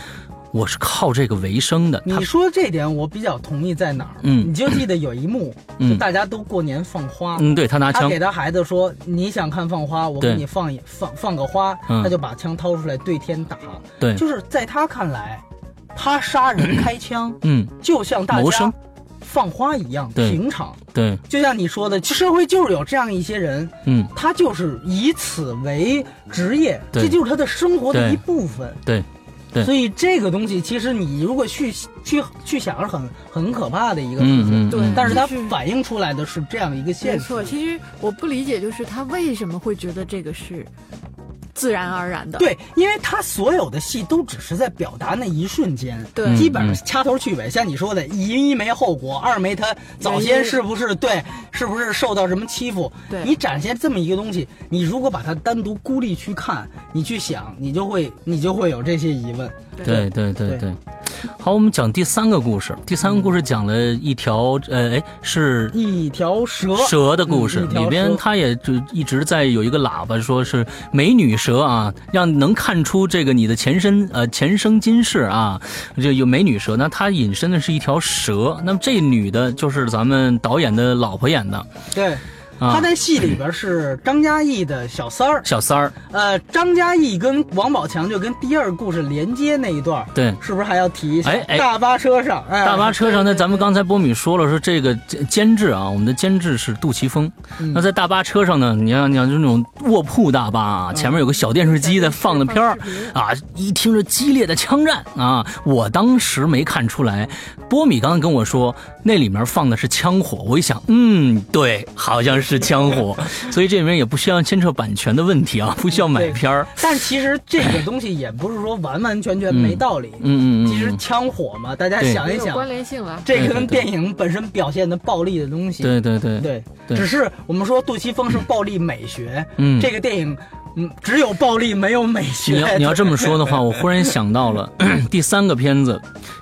Speaker 1: 我是靠这个为生的，他
Speaker 2: 你说这点我比较同意在哪儿？
Speaker 1: 嗯
Speaker 2: 你就记得有一幕，
Speaker 1: 嗯
Speaker 2: 就大家都过年放花，
Speaker 1: 嗯，对他拿
Speaker 2: 他
Speaker 1: 枪
Speaker 2: 给，他孩子说：“你想看放花，我
Speaker 1: 对
Speaker 2: 给你放一放放个花。
Speaker 1: 嗯
Speaker 2: 他就把枪掏出来对天打。
Speaker 1: 对，
Speaker 2: 就是在他看来，他杀 人开枪
Speaker 1: 嗯，
Speaker 2: 就像大
Speaker 1: 谋生
Speaker 2: 家放花一样
Speaker 1: 对
Speaker 2: 平常。
Speaker 1: 对，
Speaker 2: 就像你说的，社会就是有这样一些人，
Speaker 1: 嗯，
Speaker 2: 他就是以此为职业，
Speaker 1: 对
Speaker 2: 这就是他的生活的
Speaker 1: 对
Speaker 2: 一部分。
Speaker 1: 对，对
Speaker 2: 所以这个东西，其实你如果去去去想，是很很可怕的一个东西。
Speaker 1: 嗯嗯，
Speaker 3: 对
Speaker 1: 嗯
Speaker 2: 但是它
Speaker 3: 就是
Speaker 2: 反映出来的是这样一个
Speaker 3: 没
Speaker 2: 现实
Speaker 3: 错，。其实我不理解，就是他为什么会觉得这个是自然而然的？
Speaker 2: 对，因为他所有的戏都只是在表达那一瞬间，
Speaker 3: 对
Speaker 2: 基本上
Speaker 1: 嗯
Speaker 2: 掐头去尾。像你说的，一没后果，二没他早先是不是对，是不是受到什么欺负？
Speaker 3: 对
Speaker 2: 你展现这么一个东西，你如果把它单独孤立去看，你去想，你就会你就会有这些疑问。
Speaker 1: 对对对
Speaker 2: 对
Speaker 1: 对。好，我们讲第三个故事。第三个故事讲了一条，呃，哎，是
Speaker 2: 一条蛇，
Speaker 1: 蛇的故事，
Speaker 2: 嗯一条
Speaker 1: 里边
Speaker 2: 蛇
Speaker 1: 他也就一直在有一个喇叭，说是美女蛇啊，让能看出这个你的前身呃前生今世啊，这有美女蛇。那她引申的是一条蛇，那么这女的就是咱们导演的老婆演的
Speaker 2: 对。
Speaker 1: 啊
Speaker 2: 他在戏里边是张嘉译的小三儿，
Speaker 1: 小三儿，
Speaker 2: 呃，张嘉译跟王宝强就跟第二故事连接那一段儿，
Speaker 1: 对。
Speaker 2: 是不是还要提一下？
Speaker 1: 哎哎
Speaker 2: 大巴车上，哎、
Speaker 1: 大巴车上，那咱们刚才波米说了，说这个监监制啊，我们的监制是杜琪峰。
Speaker 2: 嗯
Speaker 1: 那在大巴车上呢，你要你要就是那种卧铺大巴
Speaker 2: 嗯
Speaker 1: 啊，前面有个小电视机在放着片儿
Speaker 3: 放视频
Speaker 1: 啊，一听着激烈的枪战啊，我当时没看出来。波米刚刚跟我说那里面放的是枪火，我一想，嗯，对，好像是枪火， 所以这里面也不需要牵扯版权的问题啊，不需要买片儿。
Speaker 2: 但其实这个东西也不是说完完全全没道理。
Speaker 1: 嗯嗯嗯，
Speaker 2: 其实
Speaker 1: 嗯
Speaker 2: 枪火嘛，大家
Speaker 1: 对
Speaker 2: 想一
Speaker 3: 有
Speaker 2: 想，
Speaker 3: 关联性了。
Speaker 2: 这
Speaker 1: 对
Speaker 2: 个
Speaker 1: 对
Speaker 2: 跟
Speaker 1: 对
Speaker 2: 电影本身表现的暴力的东西，
Speaker 1: 对对对，
Speaker 2: 对
Speaker 1: 对
Speaker 2: 只是我们说杜琪峰是暴力美学，
Speaker 1: 嗯
Speaker 2: 这个电影，嗯，只有暴力没有美学。
Speaker 1: 你 要你要这么说的话，我忽然想到了 第三个片子，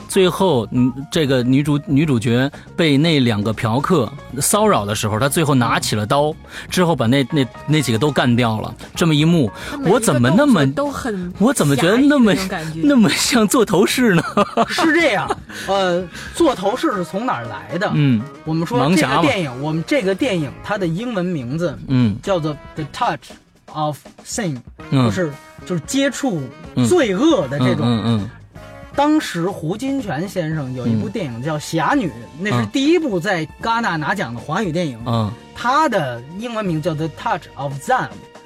Speaker 1: 最后嗯，这个女主女主角被那两个嫖客骚扰的时候，她最后拿起了刀，之后把那那那几个都干掉了。这么一幕
Speaker 3: 他，每一个
Speaker 1: 我怎么那么
Speaker 3: 动作都很，
Speaker 1: 我怎么觉得那么
Speaker 3: 侠义的种感觉
Speaker 1: 那么像做头饰呢？
Speaker 2: 是这样，呃，做头饰是从哪儿来的？
Speaker 1: 嗯
Speaker 2: 我们说
Speaker 1: 盲
Speaker 2: 这
Speaker 1: 侠嘛
Speaker 2: 个电影，我们这个电影它的英文名字
Speaker 1: 嗯
Speaker 2: 叫做《The Touch of Sin》，
Speaker 1: 嗯，
Speaker 2: 就是就是接触
Speaker 1: 嗯
Speaker 2: 罪恶的这
Speaker 1: 嗯
Speaker 2: 种。
Speaker 1: 嗯嗯
Speaker 2: 当时胡金铨先生有一部电影叫《侠女》，那是
Speaker 1: 嗯
Speaker 2: 第一部在戛纳拿奖的华语电影，
Speaker 1: 嗯
Speaker 2: 它的英文名叫《The Touch of Zan》，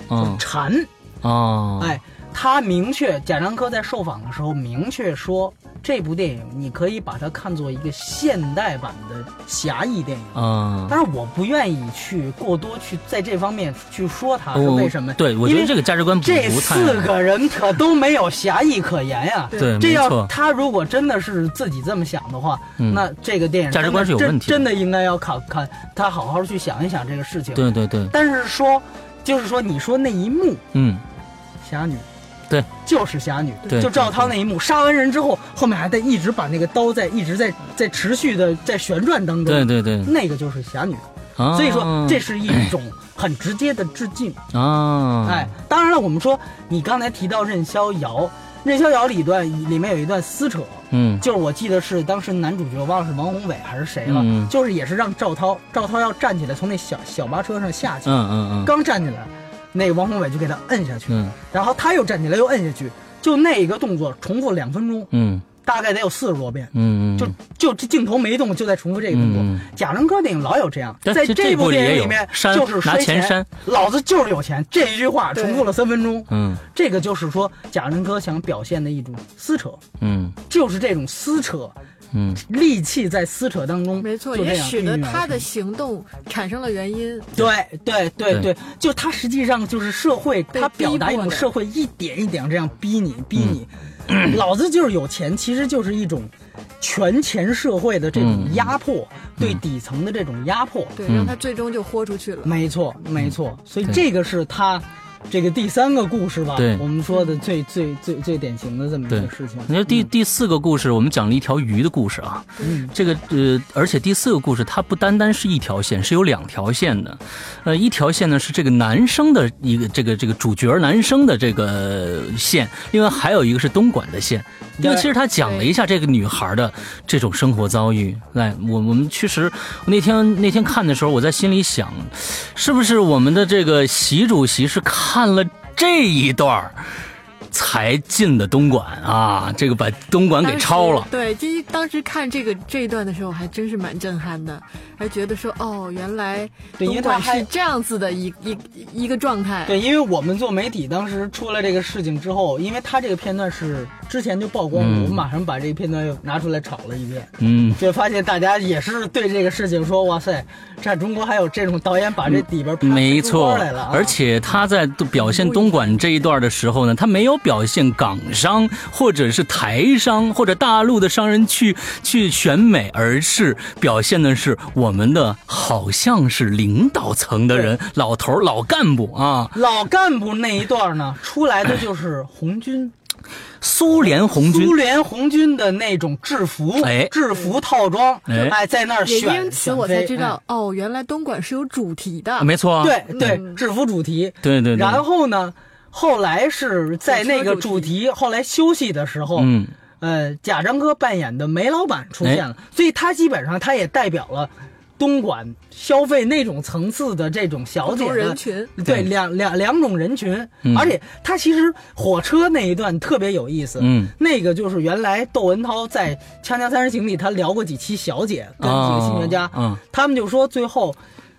Speaker 1: 嗯
Speaker 2: 蝉。
Speaker 1: 哦，
Speaker 2: 哎，他明确，贾樟柯在受访的时候明确说，这部电影你可以把它看作一个现代版的侠义电影。
Speaker 1: 嗯。
Speaker 2: 但是我不愿意去过多去在这方面去说它是
Speaker 1: 我
Speaker 2: 为什么，
Speaker 1: 哦对，我觉
Speaker 2: 因
Speaker 1: 得
Speaker 2: 为
Speaker 1: 这个价值观不
Speaker 2: 这
Speaker 1: 不太
Speaker 2: 四个人可都没有侠义可言呀、
Speaker 1: 对，
Speaker 2: 这
Speaker 1: 没
Speaker 2: 要
Speaker 1: 错，
Speaker 2: 他如果真的是自己这么想的话，
Speaker 1: 嗯
Speaker 2: 那这个电影
Speaker 1: 价值观是有
Speaker 2: 真的
Speaker 1: 问题的
Speaker 2: 真的应该要考看他好好去想一想这个事情。
Speaker 1: 对对对，
Speaker 2: 但是说，就是说你说那一幕
Speaker 1: 嗯，
Speaker 2: 侠女，
Speaker 1: 对，
Speaker 2: 就是侠女，
Speaker 1: 对
Speaker 2: 就赵
Speaker 1: 对
Speaker 2: 涛那一幕，杀完人之后，后面还在一直把那个刀在一直在在持续的在旋转当中，
Speaker 1: 对对对，
Speaker 2: 那个就是侠女，
Speaker 1: 啊
Speaker 2: 所以说这是一种很直接的致敬。
Speaker 1: 啊，
Speaker 2: 哎，当然了，我们说你刚才提到任逍遥，任逍遥里段里面有一段撕扯，
Speaker 1: 嗯，
Speaker 2: 就是我记得是当时男主角忘了是王宏伟还是谁了，
Speaker 1: 嗯
Speaker 2: 就是也是让赵涛，赵涛要站起来从那小小巴车上下去，
Speaker 1: 嗯嗯嗯
Speaker 2: 刚站起来，那个王宏伟就给他摁下去，
Speaker 1: 嗯
Speaker 2: 然后他又站起来又摁下去，就那一个动作重复两分钟，
Speaker 1: 嗯
Speaker 2: 大概得有四十多遍。
Speaker 1: 嗯，
Speaker 2: 就就这镜头没动，就在重复这个动作
Speaker 1: 嗯。
Speaker 2: 贾樟柯电影老有这样，
Speaker 1: 对
Speaker 2: 在
Speaker 1: 这这部
Speaker 2: 部
Speaker 1: 里也
Speaker 2: 电
Speaker 1: 有
Speaker 2: 影里面
Speaker 1: 删
Speaker 2: 就是
Speaker 1: 拿
Speaker 2: 摔
Speaker 1: 钱删
Speaker 2: 老子就是有钱这一句话
Speaker 3: 对
Speaker 2: 重复了三分钟。
Speaker 1: 嗯
Speaker 2: 这个就是说贾樟柯想表现的一种撕扯，
Speaker 1: 嗯
Speaker 2: 就是这种撕扯，
Speaker 1: 嗯
Speaker 2: 戾气在撕扯当中，
Speaker 3: 没错，
Speaker 2: 就这
Speaker 3: 也
Speaker 2: 样
Speaker 3: 使得
Speaker 2: 孕育而
Speaker 3: 他
Speaker 2: 成
Speaker 3: 的行动产生了原因。
Speaker 2: 对对对
Speaker 1: 对
Speaker 2: 对，就他实际上就是社会，
Speaker 3: 被
Speaker 2: 他表达
Speaker 3: 逼
Speaker 2: 一
Speaker 3: 迫
Speaker 2: 种
Speaker 3: 的
Speaker 2: 社会一点一点这样逼
Speaker 1: 嗯
Speaker 2: 你逼 你，老子就是有钱，其实就是一种权钱社会的这种
Speaker 1: 嗯
Speaker 2: 压迫，对底层的这种压迫。
Speaker 3: 对，
Speaker 1: 嗯
Speaker 3: 让他最终就豁出去了。
Speaker 2: 没错，没错，所以
Speaker 1: 对
Speaker 2: 这个是他这个第三个故事吧，
Speaker 1: 对
Speaker 2: 我们说的最最最最典型的这么一
Speaker 1: 对
Speaker 2: 个事情。
Speaker 1: 你说第第四个故事，我们讲了一条鱼的故事啊。
Speaker 2: 嗯
Speaker 1: 这个呃，而且第四个故事它不单单是一条线，是有两条线的。呃，一条线呢是这个男生的一个这个这个主角男生的这个线，另外还有一个是东莞的线。因为其实他讲了一下这个女孩的这种生活遭遇。来，我我们其实我那天那天看的时候，我在心里想，是不是我们的这个习主席是看了这一段儿才进的东莞啊？这个把东莞给抄了
Speaker 3: 当时。对，第一当时看这个这一段的时候，还真是蛮震撼的，还觉得说哦，原来
Speaker 2: 对因为
Speaker 3: 东莞
Speaker 2: 它还
Speaker 3: 是这样子的一一一个状态。
Speaker 2: 对，因为我们做媒体，当时出了这个事情之后，因为他这个片段是之前就曝光了，
Speaker 1: 嗯
Speaker 2: 我们马上把这个片段又拿出来炒了一遍，
Speaker 1: 嗯，
Speaker 2: 就发现大家也是对这个事情说：“哇塞，这中国还有这种导演把这里边拍
Speaker 1: 没
Speaker 2: 出花
Speaker 1: 错
Speaker 2: 来了、啊，，
Speaker 1: 而且他在表现东莞这一段的时候呢，他没有表现港商或者是台商或者大陆的商人去去选美，而是表现的是我们的好像是领导层的人，老头儿老干部啊，
Speaker 2: 老干部那一段呢，出来的就是红军、
Speaker 1: 苏联 红军
Speaker 2: 苏。联红军的那种制服、
Speaker 1: 哎
Speaker 2: 制服套装，
Speaker 1: 哎
Speaker 2: 哎，在那儿
Speaker 3: 也
Speaker 2: 选，
Speaker 3: 因此
Speaker 2: 选
Speaker 3: 我才
Speaker 2: 妃
Speaker 3: 知道、、哦，原来东莞是有主题的。
Speaker 1: 啊没错啊，
Speaker 2: 嗯对对，制服主题，
Speaker 1: 对对对，
Speaker 2: 然后呢，后来是在那个主题后来休息的时候，
Speaker 1: 嗯，
Speaker 2: 呃，贾樟柯扮演的煤老板出现了，
Speaker 1: 哎
Speaker 2: 所以他基本上他也代表了东莞消费那种层次的这种小
Speaker 3: 不
Speaker 2: 姐
Speaker 3: 同
Speaker 2: 的
Speaker 3: 人群，
Speaker 2: 对
Speaker 1: 对
Speaker 2: 两两两种人群，
Speaker 1: 嗯
Speaker 2: 而且他其实火车那一段特别有意思，
Speaker 1: 嗯
Speaker 2: 那个就是原来窦文涛在《锵锵三人行》里他聊过几期小姐跟几个新学家，
Speaker 1: 哦嗯
Speaker 2: 他们就说最后。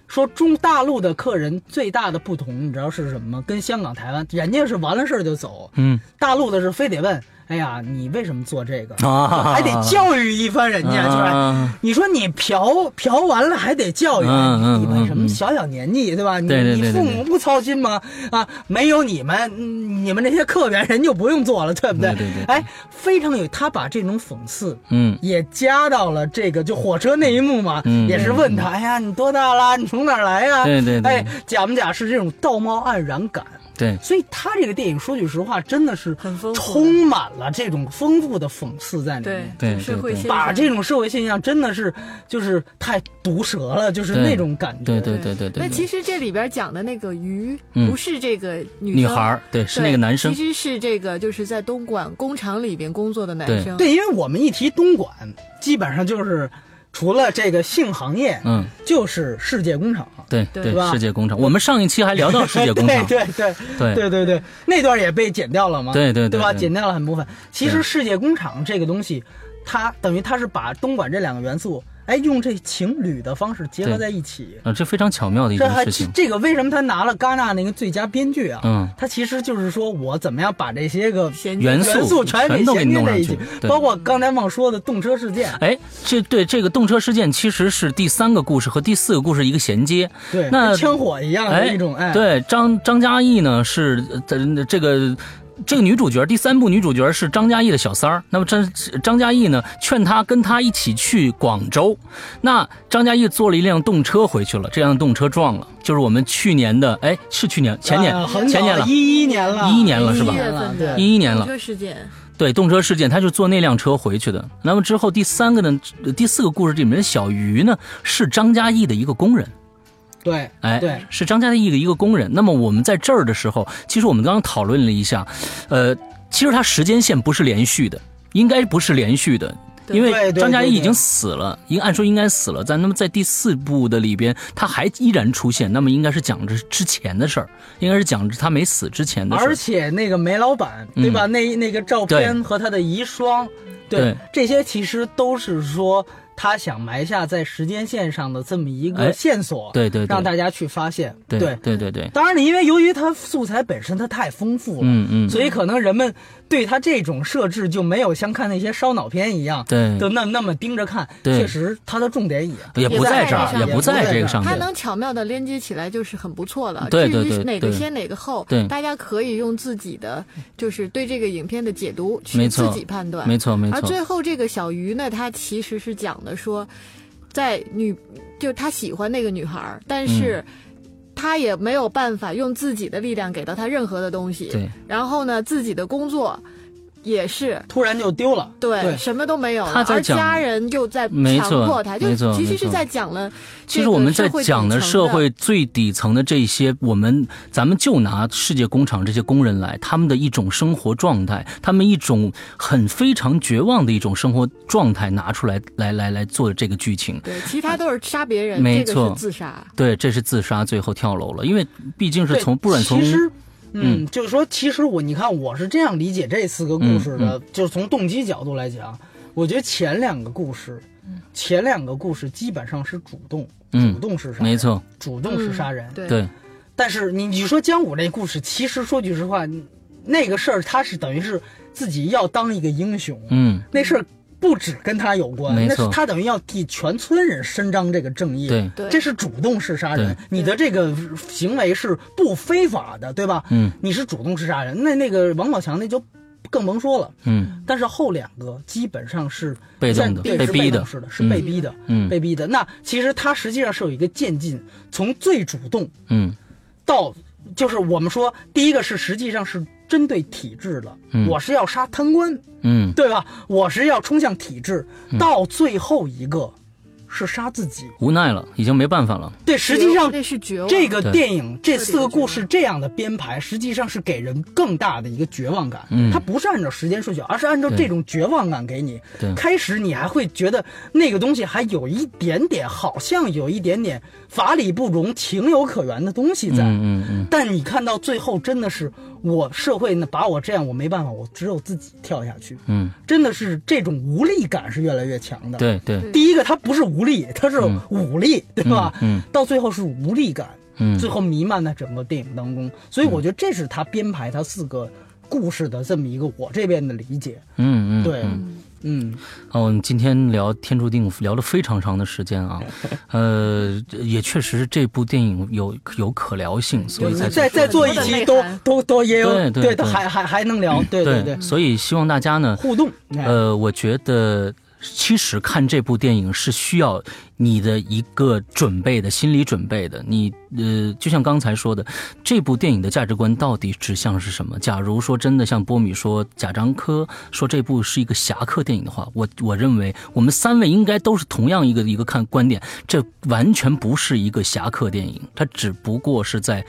Speaker 2: 说中大陆的客人最大的不同，你知道是什么吗？跟香港、台湾，人家是完了事儿就走，
Speaker 1: 嗯，
Speaker 2: 大陆的是非得问，哎呀，你为什么做这个？
Speaker 1: 啊
Speaker 2: 还得教育一番人家，就是
Speaker 1: 啊
Speaker 2: 你说你嫖嫖完了还得教育，
Speaker 1: 嗯嗯
Speaker 2: 你们什么
Speaker 1: 嗯
Speaker 2: 小小年纪对吧？你
Speaker 1: 对对对
Speaker 2: 你
Speaker 1: 对
Speaker 2: 父
Speaker 1: 对
Speaker 2: 母不操心吗？啊，没有你们，嗯你们这些客源人就不用做了，对不
Speaker 1: 对对对
Speaker 2: 哎，非常有他把这种讽刺。
Speaker 1: 嗯
Speaker 2: 也加到了这个，就火车那一幕嘛，
Speaker 1: 嗯
Speaker 2: 也是问他，哎呀，你多大啦？你从哪儿来呀？
Speaker 1: 对对对
Speaker 2: 哎，假不假是这种道貌岸然感，
Speaker 1: 对，
Speaker 2: 所以他这个电影，说句实话，真的是
Speaker 3: 很丰富
Speaker 2: 充满了这种丰富的讽刺在里
Speaker 3: 对
Speaker 2: 面。
Speaker 1: 对
Speaker 3: 就社
Speaker 1: 对
Speaker 3: 会
Speaker 1: 对
Speaker 3: 现
Speaker 2: 把
Speaker 3: 象。
Speaker 2: 这种社会现象真的是就是太毒舌了，就是
Speaker 1: 对
Speaker 2: 那种感觉。
Speaker 1: 对对对对对，
Speaker 3: 那其
Speaker 1: 实
Speaker 3: 实这里边讲的那个鱼，
Speaker 1: 嗯
Speaker 3: 不是这个女
Speaker 1: 女
Speaker 3: 生
Speaker 1: 孩儿对是
Speaker 3: 对
Speaker 1: 那个男生
Speaker 3: 其实是这个就是在东莞工厂里边工作的男
Speaker 1: 对
Speaker 3: 生。
Speaker 2: 对因为我们一提东莞，基本上就是除了这个性行业，
Speaker 1: 嗯。
Speaker 2: 就是世界工厂。
Speaker 1: 对
Speaker 3: 对
Speaker 1: 对
Speaker 2: 是吧
Speaker 1: 世界工厂，我们上一期还聊到世界工厂，
Speaker 2: 对对对
Speaker 1: 对
Speaker 2: 对对对，那段也被剪掉了嘛？
Speaker 1: 对对
Speaker 2: 对
Speaker 1: 对
Speaker 2: 吧？
Speaker 1: 对
Speaker 2: 剪掉了很部分。其实
Speaker 1: 对
Speaker 2: 世界工厂这个东西，它等于它是把东莞这两个元素，哎，用这情侣的方式结合
Speaker 1: 对
Speaker 2: 在一起。
Speaker 1: 啊，这非常巧妙的一
Speaker 2: 这
Speaker 1: 件
Speaker 2: 还
Speaker 1: 事情。
Speaker 2: 这个为什么他拿了戛纳那个最佳编剧啊？
Speaker 1: 嗯
Speaker 2: 他其实就是说我怎么样把这些个
Speaker 3: 衔接
Speaker 1: 元
Speaker 2: 元素
Speaker 1: 素
Speaker 2: 全给
Speaker 1: 全都给
Speaker 2: 衔
Speaker 1: 你
Speaker 2: 接
Speaker 1: 弄
Speaker 2: 在
Speaker 1: 上
Speaker 2: 一起
Speaker 1: 去，，对
Speaker 2: 包括刚才忘说的动车事件。
Speaker 1: 哎，这对这个动车事件其实是第三个故事和第四个故事一个衔接。
Speaker 2: 对，
Speaker 1: 那
Speaker 2: 跟枪火一样的一种哎，
Speaker 1: 对张张嘉译呢是呃这个。这个女主角，第三部女主角是张嘉译的小三儿。那么张张嘉译呢，劝她跟他一起去广州。那张嘉译坐了一辆动车回去了，这辆动车撞了，就是我们去年的，哎，是去年前年、
Speaker 2: 啊很早
Speaker 1: 前年了，
Speaker 2: 一一年了，
Speaker 1: 11年了是吧
Speaker 2: 11
Speaker 3: 一月
Speaker 2: 年
Speaker 3: 份
Speaker 2: 对
Speaker 3: 的，
Speaker 1: 11年了
Speaker 3: 火车事件，
Speaker 1: 对，动车事件，他就坐那辆车回去的。那么之后第三个呢，呃第四个故事里面的小鱼呢，是张嘉译的一个工人。
Speaker 2: 对，
Speaker 1: 哎，
Speaker 2: 对，
Speaker 1: 是张嘉译的一个工人。那么我们在这儿的时候，其实我们刚刚讨论了一下，呃，其实它时间线不是连续的，应该不是连续的。
Speaker 3: 对
Speaker 1: 因
Speaker 2: 对
Speaker 1: 为
Speaker 2: 对
Speaker 1: 张嘉译已
Speaker 2: 对
Speaker 1: 经
Speaker 2: 对
Speaker 1: 死了，应按说应该死了，在那么在第四部的里边，他还依然出现，那么应该是讲着之前的事儿，应该是讲着他没死之前的事
Speaker 2: 而
Speaker 1: 儿。
Speaker 2: 且那个煤老板对吧？那那个照片
Speaker 1: 嗯对
Speaker 2: 和他的遗孀，
Speaker 1: 对
Speaker 2: 这些其实都是说他想埋下在时间线上的这么一个
Speaker 1: 哎
Speaker 2: 线索，
Speaker 1: 对对对
Speaker 2: 让大家去发现，
Speaker 1: 对对对对，
Speaker 2: 当然了，因为由于它素材本身它太丰富了，
Speaker 1: 嗯嗯
Speaker 2: 所以可能人们对它这种设置就没有像看那些烧脑片一样，
Speaker 1: 对
Speaker 2: 就那那么盯着看。
Speaker 1: 对
Speaker 2: 确实它的重点也
Speaker 1: 也不在这
Speaker 3: 也
Speaker 1: 儿，
Speaker 2: 不
Speaker 1: 不
Speaker 2: 在
Speaker 1: 在
Speaker 2: 这
Speaker 1: 这
Speaker 2: 儿
Speaker 1: 个上
Speaker 3: 它
Speaker 1: 面。
Speaker 3: 能巧妙的连接起来，就是很不错了。
Speaker 1: 对对
Speaker 3: 至于
Speaker 1: 对
Speaker 3: 哪个
Speaker 1: 对
Speaker 3: 先哪个后，
Speaker 1: 对
Speaker 3: 大家可以用自己的就是对这个影片的解读去
Speaker 1: 没错
Speaker 3: 自己判断。
Speaker 1: 没错没
Speaker 3: 而
Speaker 1: 错，
Speaker 3: 最后这个小鱼呢，他其实是
Speaker 1: 嗯
Speaker 3: 讲的说，在女就他喜欢那个女孩儿，但是。她他也没有办法用自己的力量给到他任何的东西。
Speaker 1: 对，
Speaker 3: 然后呢，自己的工作也是
Speaker 2: 突然就丢了。
Speaker 3: 对，
Speaker 2: 对
Speaker 3: 什么都没有了，
Speaker 1: 他在
Speaker 3: 而
Speaker 1: 讲
Speaker 3: 家人又在
Speaker 1: 没
Speaker 3: 强
Speaker 1: 错
Speaker 3: 迫他，就
Speaker 1: 没错
Speaker 3: 其实
Speaker 1: 没
Speaker 3: 是
Speaker 1: 错
Speaker 3: 在讲了
Speaker 1: 其
Speaker 3: 这
Speaker 1: 实
Speaker 3: 个
Speaker 1: 我们在
Speaker 3: 社会
Speaker 1: 讲
Speaker 3: 底
Speaker 1: 的
Speaker 3: 层
Speaker 1: 社会最底层的这些，我们咱们就拿世界工厂这些工人来，他们的一种生活状态，他们一种很非常绝望的一种生活状态拿出来，来来来做这个剧情。
Speaker 3: 对，其他都是杀别人，
Speaker 1: 没
Speaker 3: 这个
Speaker 1: 错
Speaker 3: 是自杀。
Speaker 1: 对，这是自杀，最后跳楼了，因为毕竟是
Speaker 2: 对
Speaker 1: 从不管从
Speaker 2: 其实，嗯，就是说，其实我你看，我是这样理解这四个故事的，
Speaker 1: 嗯
Speaker 2: 就是从动机角度来讲，我觉得前两个故事，前两个故事基本上是主动，
Speaker 1: 嗯
Speaker 2: 主动是杀人，
Speaker 1: 没，错，
Speaker 2: 主动是
Speaker 3: 嗯
Speaker 2: 杀人。
Speaker 3: 对
Speaker 1: 对
Speaker 2: 但是你你说姜武这故事，其实说句实话，那个事儿他是等于是自己要当一个英雄，
Speaker 1: 嗯
Speaker 2: 那事儿不只跟他有关，
Speaker 1: 没
Speaker 2: 那
Speaker 1: 错
Speaker 2: 是他等于要替全村人伸张这个正义。
Speaker 1: 对
Speaker 3: 对
Speaker 2: 这是主动式杀人
Speaker 1: 对，
Speaker 2: 你的这个行为是不非法的，对吧？
Speaker 1: 嗯
Speaker 2: 你是主动式杀人，那那个王宝强那就更甭说了。
Speaker 1: 嗯
Speaker 2: 但是后两个基本上是
Speaker 1: 被动的
Speaker 2: 在
Speaker 1: 被
Speaker 2: 是
Speaker 1: 逼的
Speaker 2: 动式的，是被
Speaker 3: 嗯
Speaker 2: 逼的，
Speaker 1: 嗯
Speaker 2: 被逼的。那其实他实际上是有一个渐进，从最主动
Speaker 1: 嗯
Speaker 2: 到就是我们说第一个是实际上是针对体制的，
Speaker 1: 嗯
Speaker 2: 我是要杀贪官，
Speaker 1: 嗯，
Speaker 2: 对吧？我是要冲向体制，到最后一个是杀自己。
Speaker 1: 无奈了，已经没办法了。
Speaker 2: 对，实际上
Speaker 3: 这是绝望。
Speaker 2: 这个
Speaker 1: 对
Speaker 2: 电影这四
Speaker 3: 绝
Speaker 2: 个
Speaker 3: 望
Speaker 2: 故事这样的编排，实际上是给人更大的一个绝望感。
Speaker 1: 嗯
Speaker 2: 它不是按照时间顺序，而是按照
Speaker 1: 对
Speaker 2: 这种绝望感给你
Speaker 1: 对。
Speaker 2: 开始你还会觉得那个东西还有一点点，好像有一点点法理不容、情有可原的东西在。
Speaker 1: 嗯嗯嗯，
Speaker 2: 但你看到最后，真的是我社会呢把我这样，我没办法，我只有自己跳下去。
Speaker 1: 嗯，
Speaker 2: 真的是这种无力感是越来越强的。，
Speaker 1: 对对，
Speaker 2: 第一个它不是无力，它是武力，对吧？
Speaker 1: 嗯嗯
Speaker 2: 到最后是无力感，
Speaker 1: 嗯
Speaker 2: 最后弥漫在整个电影当中。所以我觉得这是他编排他四个故事的这么一个我这边的理解。
Speaker 1: 嗯嗯，
Speaker 2: 对，嗯，
Speaker 1: 哦，我们今天聊《天注定》聊了非常长的时间 啊，呃，也确实是这部电影有有可聊性，所以才
Speaker 2: 嗯再再做一期
Speaker 3: 多
Speaker 2: 都
Speaker 3: 的内涵
Speaker 2: 都都也有
Speaker 1: 对对
Speaker 2: 都
Speaker 1: 对嗯
Speaker 2: 还还还能聊，对
Speaker 1: 对
Speaker 2: 对，
Speaker 1: 所以希望大家呢，
Speaker 2: 互动。哎
Speaker 1: 呃，我觉得其实看这部电影是需要你的一个准备的心理准备的。你呃，就像刚才说的，这部电影的价值观到底指向是什么？假如说真的像波米说贾樟柯说这部是一个侠客电影的话，我我认为我们三位应该都是同样一个一个看观点，这完全不是一个侠客电影，它只不过是在。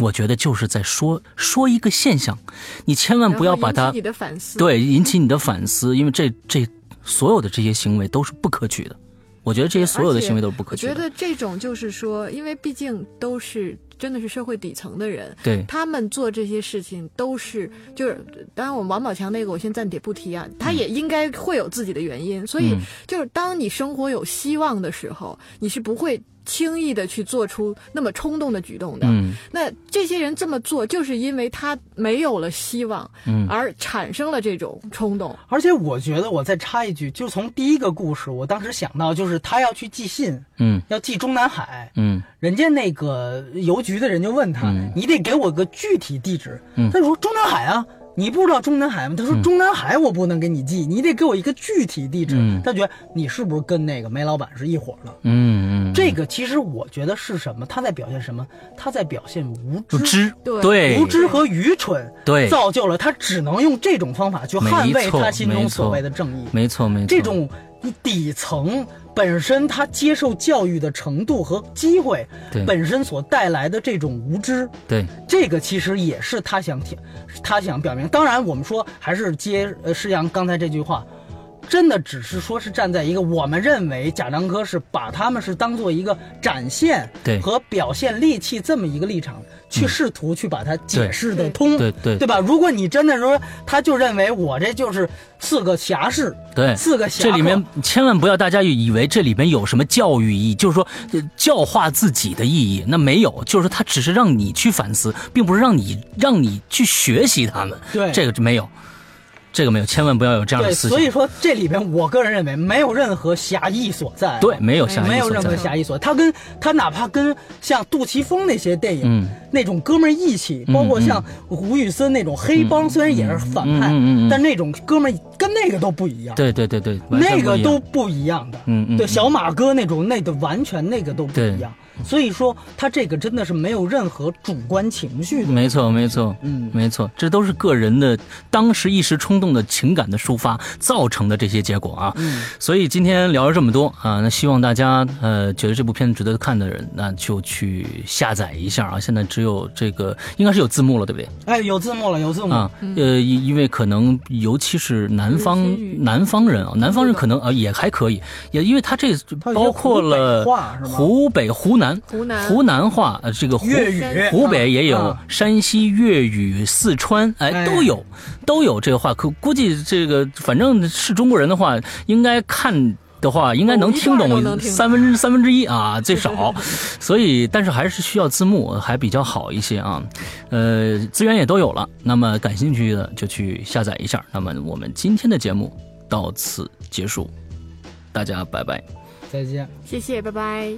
Speaker 1: 我觉得就是在说说一个现象，你千万
Speaker 3: 然后
Speaker 1: 不要把它
Speaker 3: 引起你的反思。
Speaker 1: 对，引起你的反思，因为这这所有的这些行为都是不可取的。我觉得这些所有的行为都是不可
Speaker 3: 我
Speaker 1: 取
Speaker 3: 觉
Speaker 1: 的。
Speaker 3: 得这种就是说，因为毕竟都是真的是社会底层的人，
Speaker 1: 对，
Speaker 3: 他们做这些事情都是就是，当然我们王宝强那个我先暂且不提啊，他也应该会有自己的原因，所以
Speaker 1: 嗯
Speaker 3: 就是当你生活有希望的时候，你是不会轻易的去做出那么冲动的举动的。
Speaker 1: 嗯
Speaker 3: 那这些人这么做，就是因为他没有了希望，
Speaker 1: 嗯
Speaker 3: 而产生了这种冲动。
Speaker 2: 而且我觉得，我再插一句，就从第一个故事，我当时想到就是他要去寄信，
Speaker 1: 嗯
Speaker 2: 要寄中南海，
Speaker 1: 嗯
Speaker 2: 人家那个邮局的人就问他，你得给我个具体地址。
Speaker 1: 嗯
Speaker 2: 他说中南海啊，你不知道中南海吗？他说中南海我不能给你寄，你得给我一个具体地址。他觉得你是不是跟那个梅老板是一伙的？
Speaker 1: 嗯嗯嗯，
Speaker 2: 这个其实我觉得是什么？他在表现什么？他在表现无
Speaker 1: 不
Speaker 2: 知。
Speaker 1: 知
Speaker 3: 对
Speaker 1: 对
Speaker 2: 无知和愚蠢，
Speaker 1: 对
Speaker 2: 造就了他只能用这种方法去捍卫
Speaker 1: 没错
Speaker 2: 他心中
Speaker 1: 没
Speaker 2: 所
Speaker 1: 错
Speaker 2: 谓的正义。
Speaker 1: 没错没错，
Speaker 2: 这种底层本身他接受教育的程度和机会
Speaker 1: 对，
Speaker 2: 本身所带来的这种无知，
Speaker 1: 对
Speaker 2: 这个其实也是他想提，他想表明。当然，我们说还是接呃施阳刚才这句话。真的只是说是站在一个我们认为贾樟柯是把他们是当做一个展现
Speaker 1: 对嗯
Speaker 2: 和表现利器这么一个立场去试图去把它解释的
Speaker 3: 对
Speaker 2: 通，
Speaker 1: 对对
Speaker 2: 对吧？如果你真的说他就认为我这就是四个侠士，
Speaker 1: 对
Speaker 2: 四个侠客
Speaker 1: 这里面千万不要大家以为这里面有什么教育意义，就是说、呃教化自己的意义，那没有，就是它只是让你去反思，并不是让你让你去学习他们。
Speaker 2: 对
Speaker 1: 这个就没有，这个没有，千万不要有这样
Speaker 2: 对，
Speaker 1: 的思想。
Speaker 2: 所以说这里边，我个人认为没有任何侠义所在啊，
Speaker 1: 对没有侠义
Speaker 2: 没有
Speaker 1: 所
Speaker 2: 任何
Speaker 1: 在
Speaker 2: 侠义所在。他跟他哪怕跟像杜琪峰那些电影、
Speaker 1: 嗯
Speaker 2: 那种哥们儿义气，包括像吴宇森那种黑帮，虽然也是反
Speaker 1: 嗯
Speaker 2: 派，
Speaker 1: 嗯嗯嗯嗯
Speaker 2: 但那种哥们儿跟那个都不一样。
Speaker 1: 对对对对，完全
Speaker 2: 那
Speaker 1: 不
Speaker 2: 个
Speaker 1: 一样
Speaker 2: 都不一样的，
Speaker 1: 嗯嗯嗯
Speaker 2: 对，小马哥那种，那个完全那个都不一样。所以说他这个真的是没有任何主观情绪的。
Speaker 1: 没错，没错，
Speaker 2: 嗯
Speaker 1: 没错，这都是个人的当时一时冲动的情感的抒发造成的这些结果啊。
Speaker 2: 嗯，
Speaker 1: 所以今天聊了这么多啊，那希望大家呃觉得这部片子值得看的人，那就去下载一下啊。现在只有这个应该是有字幕了，对不对？
Speaker 2: 哎，有字幕了，有字幕。
Speaker 1: 啊，
Speaker 3: 嗯
Speaker 1: 呃，因因为可能尤其是南方
Speaker 3: 有些语
Speaker 1: 南方人啊，南方人可能啊也还可以，也因为他这
Speaker 2: 它有些
Speaker 1: 包括
Speaker 2: 湖
Speaker 1: 了
Speaker 2: 北话是吗
Speaker 1: 湖北、湖南、
Speaker 3: 湖南
Speaker 1: 湖南话，呃，这个湖
Speaker 2: 粤
Speaker 3: 山
Speaker 2: 语，
Speaker 1: 湖北也有，
Speaker 2: 啊
Speaker 1: 山西粤语、四川，哎，
Speaker 2: 哎
Speaker 1: 都有，都有这个话。可估计这个，反正是中国人的话，应该看。的话应该能听
Speaker 3: 哦我一半都能
Speaker 1: 懂
Speaker 3: 听懂
Speaker 1: 三分之三分之一啊，最少，所以但是还是需要字幕，还比较好一些啊。呃，资源也都有了，那么感兴趣的就去下载一下。那么我们今天的节目到此结束，大家拜拜。
Speaker 2: 再见。
Speaker 3: 谢谢，拜拜。